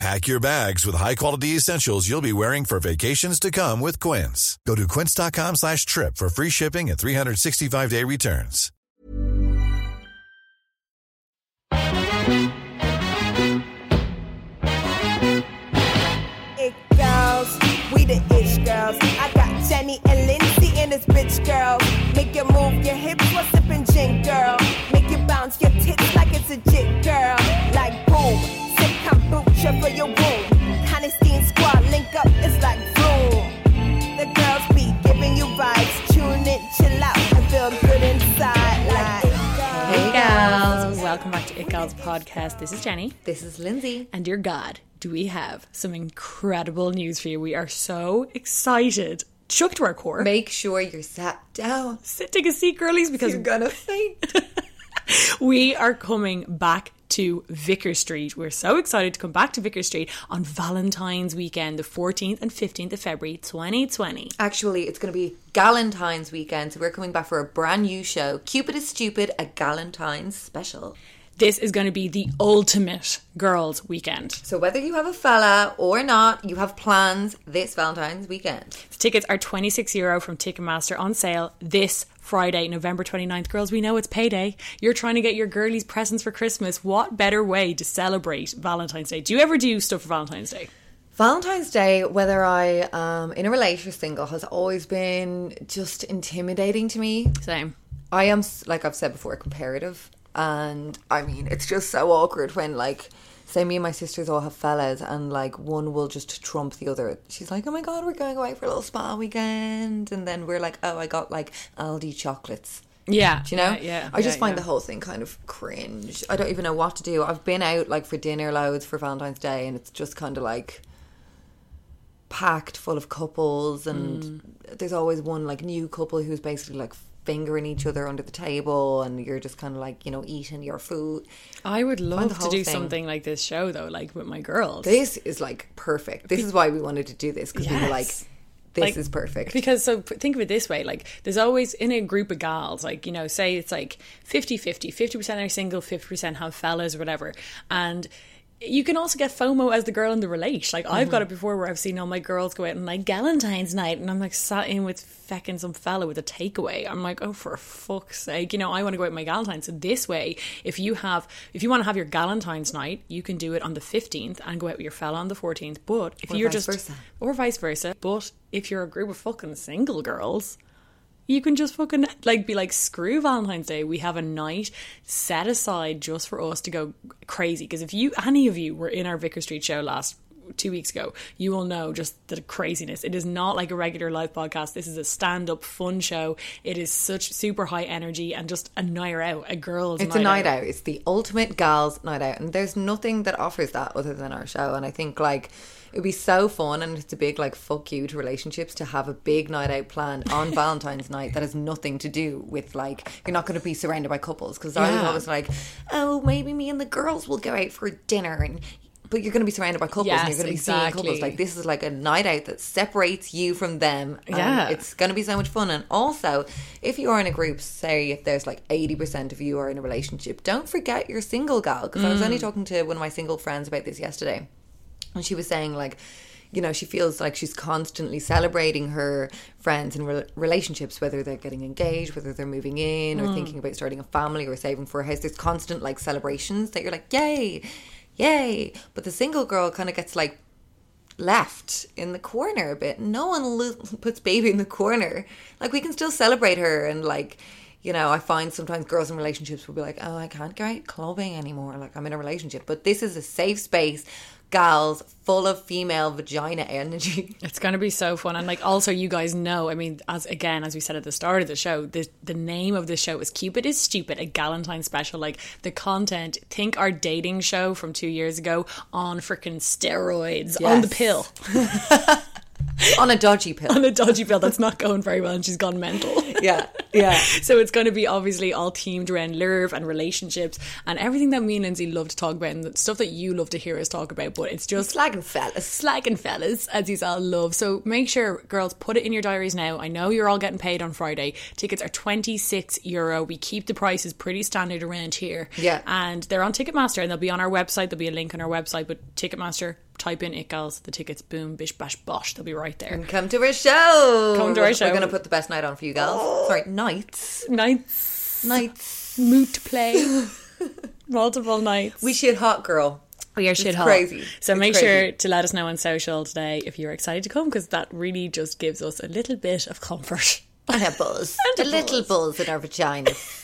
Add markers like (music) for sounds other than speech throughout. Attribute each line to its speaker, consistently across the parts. Speaker 1: Pack your bags with high-quality essentials you'll be wearing for vacations to come with Quince. Go to quince.com slash trip for free shipping and 365-day returns.
Speaker 2: It girls, we the itch girls. I got Jenny and Lindsay and this bitch girls. Make you move your hips while sipping gin, girl. Make you bounce your tits like it's a jig, girl. Like boom, sip kombucha for your womb. Honesty and squad link up, it's like vroom. The girls be giving you vibes. Tune in, chill out, and feel good inside. Like
Speaker 3: Hey girls, welcome back to It Girls Podcast. This is Jenny,
Speaker 4: This is Lindsay.
Speaker 3: and dear God, do we have some incredible news for you? We are so excited, shook to our core.
Speaker 4: Make sure you're sat down. (laughs)
Speaker 3: Sit, take a seat, girlies, because
Speaker 4: You're gonna faint.
Speaker 3: we are coming back to Vicker Street. We're so excited to come back to Vicker Street on Valentine's weekend, the 14th and 15th of February 2020.
Speaker 4: Actually, it's gonna be Galentine's weekend, so we're coming back for a brand new show. Cupid is Stupid, a Galentine's special.
Speaker 3: This is going to be the ultimate girls' weekend.
Speaker 4: So whether you have a fella or not, you have plans this Valentine's weekend.
Speaker 3: The tickets are 26 euro from Ticketmaster on sale this Friday, November 29th. Girls, we know it's payday. You're trying to get your girlies presents for Christmas. What better way to celebrate Valentine's Day? Do you ever do stuff for Valentine's Day?
Speaker 4: Valentine's Day, whether I am in a relationship or single, has always been just intimidating to me.
Speaker 3: Same.
Speaker 4: I am, s- like I've said before, comparative. And I mean, it's just so awkward when, like, say me and my sisters all have fellas, and like one will just trump the other. She's like, oh my God, we're going away for a little spa weekend. And then we're like, oh, I got like Aldi chocolates.
Speaker 3: Yeah.
Speaker 4: Do you know?
Speaker 3: Yeah. yeah
Speaker 4: I just
Speaker 3: yeah,
Speaker 4: find
Speaker 3: yeah.
Speaker 4: the whole thing kind of cringe. I don't even know what to do. I've been out like for dinner loads for Valentine's Day, and it's just kind of like packed full of couples, and
Speaker 3: Mm.
Speaker 4: there's always one like new couple who's basically like fingering each other under the table, and you're just kind of like you know eating your food.
Speaker 3: I would
Speaker 4: find the
Speaker 3: love to
Speaker 4: whole
Speaker 3: do
Speaker 4: thing-
Speaker 3: something like this show, though, like with my girls.
Speaker 4: This is like perfect. This is why we wanted to do this because we were like,
Speaker 3: Yes.
Speaker 4: this
Speaker 3: Like,
Speaker 4: is perfect.
Speaker 3: Because so p- think of it this way, like there's always in a group of gals, like you know, say it's like 50-50, 50% are single, 50% have fellas or whatever. And you can also get FOMO as the girl in the relate. Like I've
Speaker 4: Mm-hmm.
Speaker 3: got it before where I've seen all my girls go out on like Galentine's night and I'm like sat in with fecking some fella with a takeaway. I'm like, oh for fuck's sake, you know, I want to go out with my Galentine's. So this way, if you have if you want to have your Galentine's night, you can do it on the fifteenth and go out with your fella on the fourteenth. But if
Speaker 4: Or
Speaker 3: you're
Speaker 4: vice
Speaker 3: just
Speaker 4: versa.
Speaker 3: or vice versa. But if you're a group of fucking single girls, you can just fucking like be like, screw Valentine's Day. We have a night set aside just for us to go crazy. Because if you, any of you, were in our Vicar Street show last two weeks ago, you will know just the craziness. It is not like a regular live podcast. This is a stand up fun show. It is such super high energy and just a night out, a girl's
Speaker 4: It's a night out. It's the ultimate girls' night out, and there's nothing that offers that other than our show. And I think like it'd be so fun, and it's a big like fuck you to relationships to have a big night out planned on
Speaker 3: (laughs)
Speaker 4: Valentine's night that has nothing to do with like you're not going to be surrounded by couples because I was
Speaker 3: Yeah.
Speaker 4: always like, oh, maybe me and the girls will go out for dinner and. But you're going to be surrounded by couples,
Speaker 3: Yes,
Speaker 4: and you're going to be seeing
Speaker 3: exactly.
Speaker 4: couples. Like this is like a night out that separates you from them. and
Speaker 3: Yeah.
Speaker 4: it's it's going to be so much fun. And also, if you are in a group, say if there's like 80% of you are in a relationship, don't forget your single gal. Because I was only talking to one of my single friends about this yesterday. And she was saying, like, you know, she feels like she's constantly celebrating her friends and re- relationships, whether they're getting engaged, whether they're moving in, or thinking about starting a family or saving for a house. There's constant like celebrations that you're like, yay, yay. But the single girl kind of gets like left in the corner a bit. No one lo- (laughs) puts baby in the corner. Like we can still celebrate her and like you know, I find sometimes girls in relationships will be like, "Oh, I can't go out clubbing anymore. Like I'm in a relationship." But this is a safe space, gals, full of female vagina energy. (laughs)
Speaker 3: It's going to be so fun. And like, also, you guys know, I mean, as again, as we said at the start of the show, the, the name of the show is Cupid is Stupid, a Galentine special. Like, the content, think our dating show from two years ago on freaking steroids, on the
Speaker 4: Yes.
Speaker 3: pill.
Speaker 4: on a dodgy pill.
Speaker 3: on a dodgy pill that's not going very well and she's gone mental. (laughs)
Speaker 4: Yeah, yeah.
Speaker 3: So it's going to be obviously all themed around love and relationships and everything that me and Lindsay love to talk about and the stuff that you love to hear us talk about, but it's just
Speaker 4: Slagging fellas.
Speaker 3: slagging fellas as these all love. So make sure, girls, put it in your diaries now. I know you're all getting paid on Friday. Tickets are 26 euro. We keep the prices pretty standard around here.
Speaker 4: Yeah.
Speaker 3: And they're on Ticketmaster and they'll be on our website. There'll be a link on our website, but Ticketmaster, type in it, girls. The tickets, boom, bish, bash, bosh. They'll be right there.
Speaker 4: Come to our show.
Speaker 3: Come to our show.
Speaker 4: We're gonna put the best night on for you girls.
Speaker 3: (gasps)
Speaker 4: Sorry, nights,
Speaker 3: Nights,
Speaker 4: nights.
Speaker 3: moot
Speaker 4: (laughs)
Speaker 3: play, multiple nights.
Speaker 4: We should hot girl.
Speaker 3: (laughs) We are shit hot.
Speaker 4: crazy.
Speaker 3: So
Speaker 4: It's
Speaker 3: make
Speaker 4: crazy.
Speaker 3: sure to let us know on social today if you're excited to come because that really just gives us a little bit of comfort.
Speaker 4: And a buzz.
Speaker 3: And a
Speaker 4: a little buzz in our vaginas.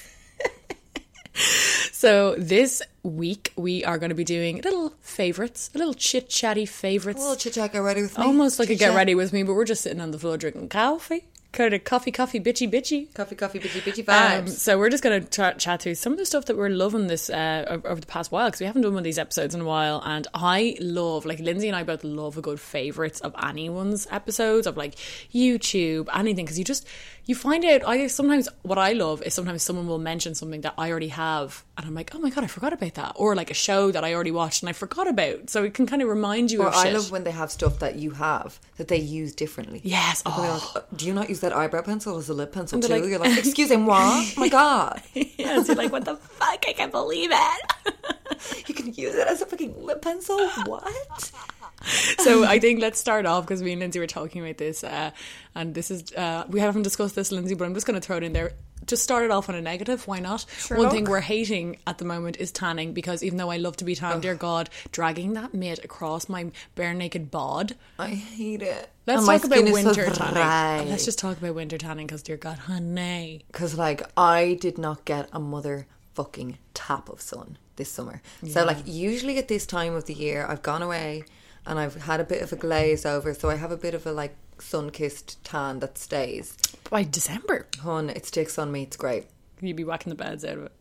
Speaker 3: So this week we are going to be doing little favorites, little chit chatty favorites,
Speaker 4: Well, chit chat, get ready with me.
Speaker 3: almost like a get
Speaker 4: Chit-chat.
Speaker 3: ready with me, but we're just sitting on the floor drinking coffee, kind of coffee, coffee, bitchy, bitchy.
Speaker 4: Coffee, coffee, bitchy, bitchy
Speaker 3: Um,
Speaker 4: vibes.
Speaker 3: so we're just going to chat through some of the stuff that we're loving this uh, o- over the past while because we haven't done one of these episodes in a while, and I love like Lindsay and I both love a good favorites of anyone's episodes of like YouTube anything because you just you find out I sometimes what I love is sometimes someone will mention something that I already have and I'm like oh my god I forgot about that or like a show that I already watched and I forgot about so it can kind of remind you
Speaker 4: or
Speaker 3: of
Speaker 4: I
Speaker 3: shit.
Speaker 4: love when they have stuff that you have that they use differently.
Speaker 3: yes
Speaker 4: Like, when they're
Speaker 3: oh.
Speaker 4: like, "Uh, do you not use that eyebrow pencil as a lip pencil too?
Speaker 3: they're like-
Speaker 4: You're like, excuse
Speaker 3: (laughs)
Speaker 4: me, moi? my God.
Speaker 3: (laughs) yes you're like what the fuck I can't believe it. (laughs)
Speaker 4: You can use it as a fucking lip pencil? What?
Speaker 3: so I think let's start off because me and Lindsay were talking about this, uh, and this is uh, we haven't discussed this, Lindsay, but I'm just going to throw it in there. Just start it off on a negative. Why not? One thing we're hating at the moment is tanning because even though I love to be tanned, dear God, dragging that mitt across my bare naked bod.
Speaker 4: I hate it.
Speaker 3: Let's
Speaker 4: And Oh, my
Speaker 3: talk about
Speaker 4: skin is so
Speaker 3: winter tanning.
Speaker 4: dry.
Speaker 3: Let's just talk about winter tanning because, dear God, honey,
Speaker 4: Because, like, I did not get a mother fucking tap of sun this summer. So, like, usually at this time of the year, I've gone away and I've had a bit of a glaze over. So, I have a bit of a, like, sun kissed tan that stays.
Speaker 3: by December
Speaker 4: Hun, it sticks on me. It's great.
Speaker 3: you'd be whacking the beds out of it.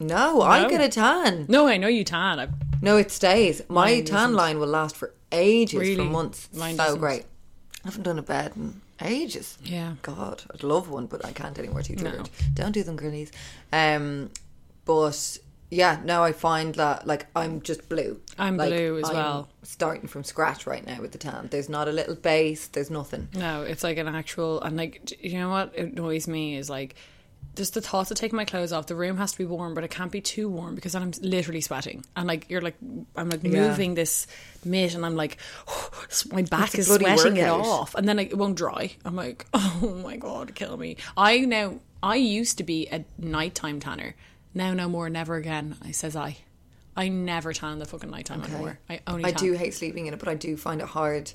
Speaker 4: No, I get a tan.
Speaker 3: No, I know you tan. I,
Speaker 4: No, it stays. My tan line will last for ages, for
Speaker 3: Really?
Speaker 4: months.
Speaker 3: Mine
Speaker 4: so
Speaker 3: doesn't.
Speaker 4: great. I haven't done a bed in ages.
Speaker 3: Yeah.
Speaker 4: God, I'd love one, but I can't anymore. Too tired. Don't do them, girlies. Um, but yeah, no, I find that like I'm just blue.
Speaker 3: I'm
Speaker 4: Like,
Speaker 3: blue as well.
Speaker 4: Starting from scratch right now with the tan. There's not a little base. There's nothing.
Speaker 3: No, it's like an actual and like d- you know what annoys me is like just the thought of taking my clothes off. The room has to be warm, but it can't be too warm because then I'm literally sweating. And like you're like I'm like
Speaker 4: Yeah.
Speaker 3: moving this mitt, and I'm like (sighs) my back
Speaker 4: It's
Speaker 3: is
Speaker 4: a bloody
Speaker 3: sweating it
Speaker 4: workout.
Speaker 3: off, and then like, it won't dry. I'm like (laughs) oh my god, kill me. I now I used to be a nighttime tanner. Now no more, never again. I says I. I never tan in the fucking nighttime anymore. I only
Speaker 4: I
Speaker 3: tan.
Speaker 4: do hate sleeping in it, but I do find it hard.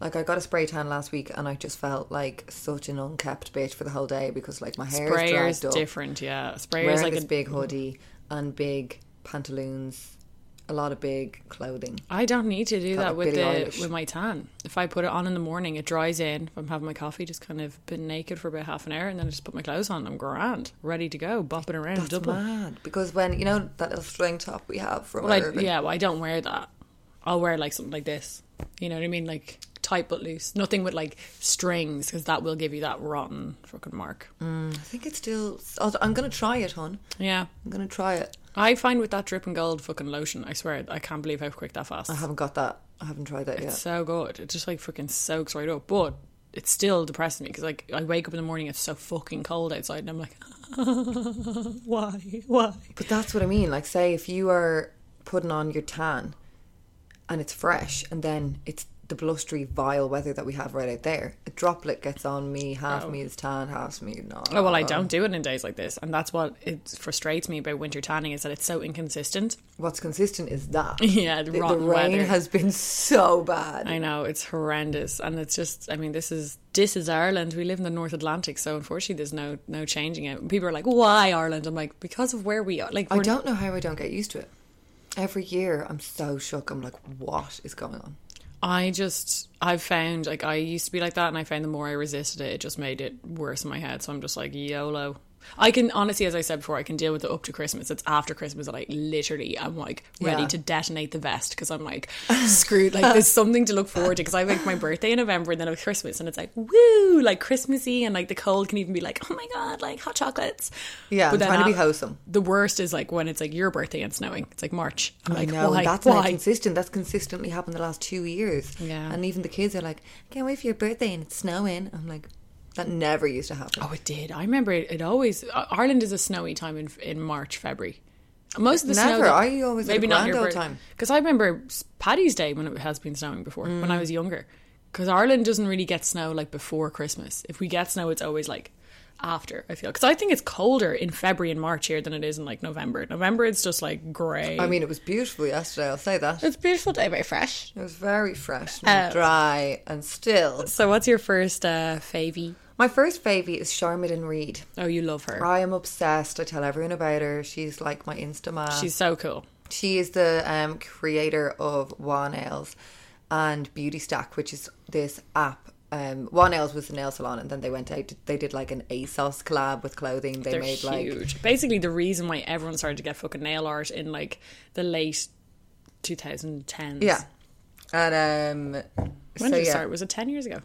Speaker 4: Like I got a spray tan last week, and I just felt like such an unkept bitch for the whole day because like my hair is
Speaker 3: Sprayer's
Speaker 4: dragged up.
Speaker 3: different, yeah. Sprayer's
Speaker 4: Wearing
Speaker 3: like
Speaker 4: this
Speaker 3: a
Speaker 4: big hoodie and big pantaloons, a lot of big clothing.
Speaker 3: I don't need to do that
Speaker 4: like
Speaker 3: with
Speaker 4: Billie
Speaker 3: the
Speaker 4: Eilish.
Speaker 3: with my tan. If I put it on in the morning, it dries in. If I'm having my coffee, just kind of been naked for about half an hour, and then I just put my clothes on. I'm grand, ready to go, bopping around
Speaker 4: It's
Speaker 3: Dublin.
Speaker 4: mad because when you know that little string top we have from
Speaker 3: Well, I,
Speaker 4: Urban,
Speaker 3: yeah, well, I don't wear that. I'll wear like something like this. You know what I mean? Like tight but loose. Nothing with like strings, because that will give you that rotten fucking mark.
Speaker 4: I think it's still. I'll- I'm gonna try it, hon.
Speaker 3: Yeah,
Speaker 4: I'm gonna try it.
Speaker 3: I find with that drip and gold fucking lotion, I swear, I can't believe how quick that fast.
Speaker 4: I haven't got that. I haven't tried that
Speaker 3: It's
Speaker 4: yet.
Speaker 3: so good. It just like fucking soaks right up. But it's still depressing me because like I wake up in the morning, it's so fucking cold outside, and I'm like, (laughs) why, why?
Speaker 4: But that's what I mean. Like, say if you are putting on your tan, and it's fresh, and then it's the blustery, vile weather that we have right out there. A droplet gets on me. Half me is tan, half me not.
Speaker 3: Oh well, I don't do it in days like this, and that's what it frustrates me about winter tanning is that it's so inconsistent. (laughs)
Speaker 4: What's consistent is that.
Speaker 3: Yeah, the
Speaker 4: The, the
Speaker 3: rotten
Speaker 4: rain
Speaker 3: weather.
Speaker 4: has been so bad.
Speaker 3: I know it's horrendous, and it's just. I mean, this is this is Ireland. We live in the North Atlantic, so unfortunately, there's no no changing it. People are like, "Why Ireland?" I'm like, "Because of where we are." Like,
Speaker 4: I
Speaker 3: we're-
Speaker 4: don't know how I don't get used to it. Every year, I'm so shook. I'm like, what is going on?
Speaker 3: I just I've found like I used to be like that, and I found the more I resisted it, it just made it worse in my head. So I'm just like YOLO. I can honestly, as I said before, I can deal with it up to Christmas. It's after Christmas that I literally am like ready
Speaker 4: Yeah.
Speaker 3: to detonate the vest because I'm like screwed. Like
Speaker 4: (laughs)
Speaker 3: there's something to look forward to because I have like my birthday in November and then I have Christmas and it's like woo, like Christmassy and like the cold can even be like oh my god, like hot chocolates.
Speaker 4: Yeah, I'm
Speaker 3: then
Speaker 4: trying to be
Speaker 3: af-
Speaker 4: wholesome.
Speaker 3: The worst is like when it's like your birthday and it's snowing. It's like March. I'm like
Speaker 4: no,
Speaker 3: why?
Speaker 4: that's not
Speaker 3: why?
Speaker 4: consistent. That's consistently happened the last two years.
Speaker 3: Yeah.
Speaker 4: and even the kids are like, "I can't wait for your birthday and it's snowing." I'm like, that never used to happen.
Speaker 3: Oh, it did. I remember it, it always. uh, Ireland is a snowy time in in March, February. Most of the snow.
Speaker 4: Never. I always had a grand old time.
Speaker 3: Because I remember s- Paddy's Day when it has been snowing before when I was younger. Because Ireland doesn't really get snow like before Christmas. If we get snow, it's always like after. I feel because I think it's colder in February and March here than it is in like November. November it's just like grey.
Speaker 4: I mean, it was beautiful yesterday. I'll say that.
Speaker 3: Um, it's a beautiful day, very fresh.
Speaker 4: It was very fresh and
Speaker 3: Oh.
Speaker 4: dry and still.
Speaker 3: So, what's your first uh, favy?
Speaker 4: My first baby is Charmaden Reed.
Speaker 3: Oh, you love her.
Speaker 4: I am obsessed. I tell everyone about her. She's like my Insta mom.
Speaker 3: She's so cool.
Speaker 4: She is the um, creator of Raw Nails and Beauty Stack, which is this app. Um, Raw Nails was the nail salon, and then they went out. They did like an ASOS collab with clothing. They
Speaker 3: They're
Speaker 4: made like
Speaker 3: huge. Basically, the reason why everyone started to get fucking nail art in like the late 2010s.
Speaker 4: yeah, and um,
Speaker 3: When
Speaker 4: so
Speaker 3: did it
Speaker 4: yeah,
Speaker 3: start? Was it 10 years ago?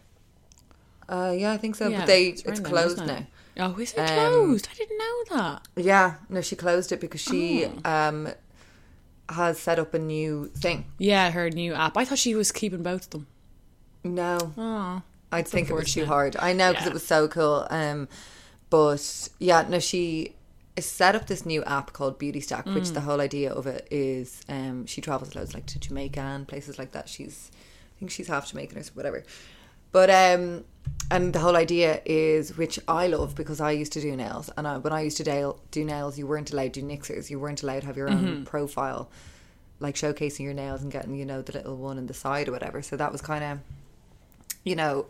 Speaker 4: Uh, yeah, I think so.
Speaker 3: Yeah,
Speaker 4: but they
Speaker 3: around
Speaker 4: it's
Speaker 3: then,
Speaker 4: closed
Speaker 3: isn't it?
Speaker 4: now.
Speaker 3: Oh, is it
Speaker 4: Um,
Speaker 3: closed? I didn't know that.
Speaker 4: Yeah, no, she closed it because she
Speaker 3: Oh.
Speaker 4: um has set up a new thing.
Speaker 3: Yeah, her new app. I thought she was keeping both of them.
Speaker 4: No. I think it was too
Speaker 3: unfortunate.
Speaker 4: hard. I know because
Speaker 3: Yeah.
Speaker 4: it was so cool. Um, but yeah, no, she set up this new app called Beauty Stack,
Speaker 3: Mm.
Speaker 4: which the whole idea of it is um, she travels loads like to Jamaica and places like that. She's, I think she's half Jamaican or s- whatever. But um, and the whole idea is, which I love because I used to do nails, and I, when I used to dale- do nails, you weren't allowed to do nixers, you weren't allowed to have your
Speaker 3: Mm-hmm.
Speaker 4: own profile, like showcasing your nails and getting you know the little one in the side or whatever. So that was kind of you know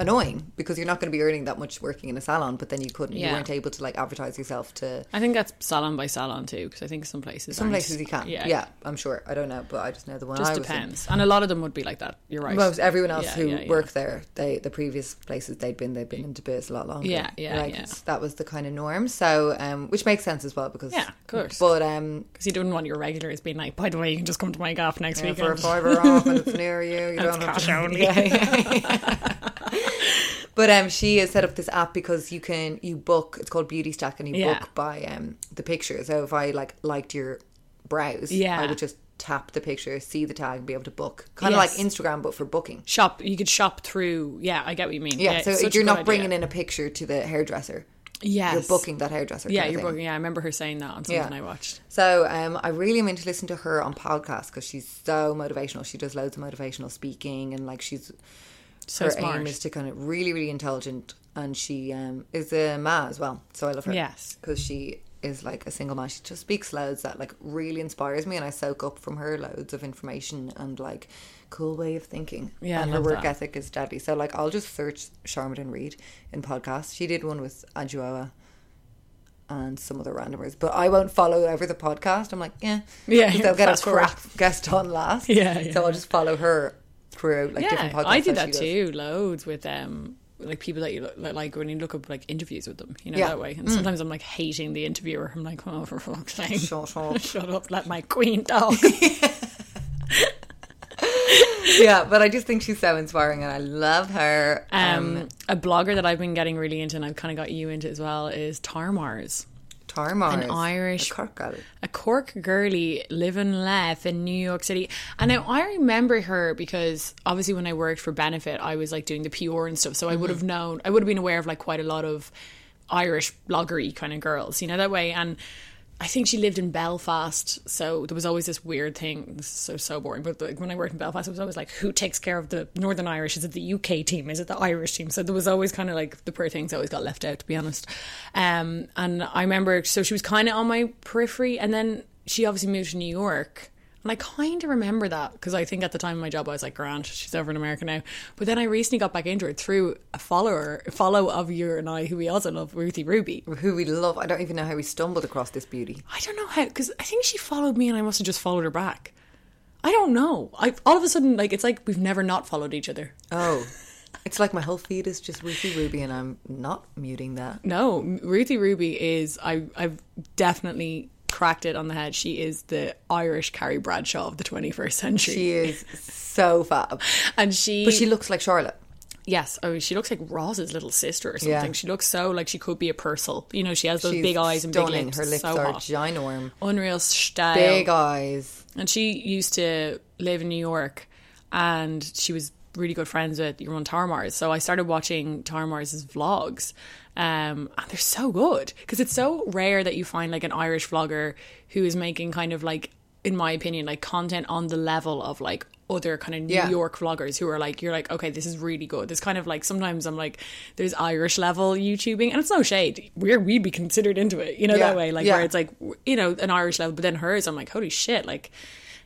Speaker 4: annoying because you're not going to be earning that much working in a salon but then you couldn't
Speaker 3: Yeah.
Speaker 4: you weren't able to like advertise yourself to
Speaker 3: I think that's salon by salon too, because I think some places.
Speaker 4: some
Speaker 3: aren't.
Speaker 4: places you can yeah. i'm sure i don't know but i just know the one
Speaker 3: Just
Speaker 4: i was
Speaker 3: depends. And a lot of them would be like that. You're right.
Speaker 4: in most everyone else
Speaker 3: Yeah,
Speaker 4: who
Speaker 3: yeah, yeah.
Speaker 4: worked there they the previous places they'd been they'd been in biz a lot longer
Speaker 3: Yeah, yeah,
Speaker 4: like,
Speaker 3: yeah.
Speaker 4: it's- that was the kind of norm so um which makes sense as well because
Speaker 3: Yeah, of course.
Speaker 4: but um
Speaker 3: 'Cause you don't want your regulars being like, by the way, you can just come to my gaff next
Speaker 4: yeah,
Speaker 3: week.
Speaker 4: for a fiver
Speaker 3: (laughs)
Speaker 4: off and it's near you. You don't have
Speaker 3: cash
Speaker 4: (laughs) to,
Speaker 3: only.
Speaker 4: Yeah, yeah. but um, she has set up this app because you can you book. It's called Beauty Stack, and you
Speaker 3: Yeah.
Speaker 4: book by um the picture. So if I like liked your brows,
Speaker 3: Yeah.
Speaker 4: I would just tap the picture, see the tag, and be able to book. Kind
Speaker 3: Yes.
Speaker 4: of like Instagram, but for booking.
Speaker 3: Shop. You could shop through. Yeah, I get what you mean.
Speaker 4: Yeah, so
Speaker 3: such a
Speaker 4: you're
Speaker 3: good
Speaker 4: not
Speaker 3: idea.
Speaker 4: bringing in a picture to the hairdresser.
Speaker 3: Yes.
Speaker 4: You're booking that hairdresser.
Speaker 3: Yeah,
Speaker 4: kind of
Speaker 3: you're
Speaker 4: thing.
Speaker 3: booking. Yeah, I remember her saying that on something I watched.
Speaker 4: So um, I really am into listening to her on podcasts because she's so motivational. She does loads of motivational speaking and like she's
Speaker 3: So
Speaker 4: her
Speaker 3: smart.
Speaker 4: aim is to kind of really really intelligent and she um, is a ma as well. So I love her.
Speaker 3: Yes.
Speaker 4: because she is like a single ma. She just speaks loads that like really inspires me and I soak up from her loads of information and like cool way of thinking.
Speaker 3: Yeah, I
Speaker 4: and her
Speaker 3: love
Speaker 4: work
Speaker 3: that.
Speaker 4: ethic is deadly. So like I'll just search Sharmadan Reed in podcasts. She did one with Adjoa and some other randomers, but I won't follow over the podcast. I'm like, yeah,
Speaker 3: (laughs) Yeah,
Speaker 4: 'cause they'll get
Speaker 3: fast
Speaker 4: a
Speaker 3: forward.
Speaker 4: crap guest on
Speaker 3: (laughs)
Speaker 4: last.
Speaker 3: Yeah, yeah.
Speaker 4: so I'll just follow her through like different
Speaker 3: yeah,
Speaker 4: podcasts.
Speaker 3: I do
Speaker 4: she
Speaker 3: that
Speaker 4: does.
Speaker 3: too. Loads with um, like people that you look, like when you look up like interviews with them, you know
Speaker 4: Yeah. Mm.
Speaker 3: that way. And sometimes I'm like hating the interviewer. I'm like, oh, for fuck's sake,
Speaker 4: (laughs) Shut
Speaker 3: (laughs)
Speaker 4: up.
Speaker 3: shut up, let my queen talk.
Speaker 4: yeah, but I just think she's so inspiring, and I love her. (laughs) Um,
Speaker 3: um, a blogger that I've been getting really into, and I've kind of got you into as well, is Tarmars.
Speaker 4: Tarmar,
Speaker 3: an Irish-
Speaker 4: a Cork girl.
Speaker 3: a Cork girly living life in New York City. And now I remember her because obviously when I worked for Benefit, I was like doing the PR and stuff. So I would have known, I would have been aware of like quite a lot of Irish bloggery kind of girls, you know, that way. And I think she lived in Belfast. So there was always this weird thing. This is so, so boring. But like when I worked in Belfast, it was always like, who takes care of the Northern Irish? Is it the UK team? Is it the Irish team? So there was always kind of like the poor things always got left out, to be honest. Um, and I remember, so she was kind of on my periphery. And then she obviously moved to New York. And I kind of remember that because I think at the time of my job, I was like, Grant, she's over in America now. But then I recently got back into it through a follower, follow of you and I, who we also love, Ruthie Ruby.
Speaker 4: who we love. I don't even know how we stumbled across this beauty.
Speaker 3: I don't know how because I think she followed me and I must have just followed her (laughs) back. I don't know. I all of a sudden like it's like we've never not followed each other.
Speaker 4: Oh, It's like my whole feed is just Ruthie Ruby, and I'm not muting that.
Speaker 3: No, Ruthie Ruby is I I've definitely cracked it on the head. She is the Irish Carrie Bradshaw of the 21st century.
Speaker 4: She is so fab,
Speaker 3: and she
Speaker 4: but she looks like Charlotte.
Speaker 3: yes, oh she looks like Ross's little sister or something.
Speaker 4: Yeah.
Speaker 3: She looks so like she could be a Purcell. You know, she has those
Speaker 4: She's
Speaker 3: big eyes and big
Speaker 4: stunning.
Speaker 3: lips.
Speaker 4: Her lips
Speaker 3: so
Speaker 4: are
Speaker 3: hot.
Speaker 4: ginorm.
Speaker 3: unreal style.
Speaker 4: Big eyes.
Speaker 3: And she used to live in New York and she was really good friends with Yaron Tarmars. So I started watching Tarmars' vlogs. Um, and they're so good because it's so rare that you find like an Irish vlogger who is making kind of like, in my opinion, like content on the level of like other kind of New
Speaker 4: Yeah.
Speaker 3: York vloggers who are like, you're like, okay, this is really good. There's kind of like sometimes I'm like, there's Irish level YouTubing, and it's no shade. We're we'd be considered into it, you know,
Speaker 4: Yeah.
Speaker 3: that way. Like
Speaker 4: Yeah.
Speaker 3: where it's like you know an Irish level, but then hers, I'm like, holy shit, like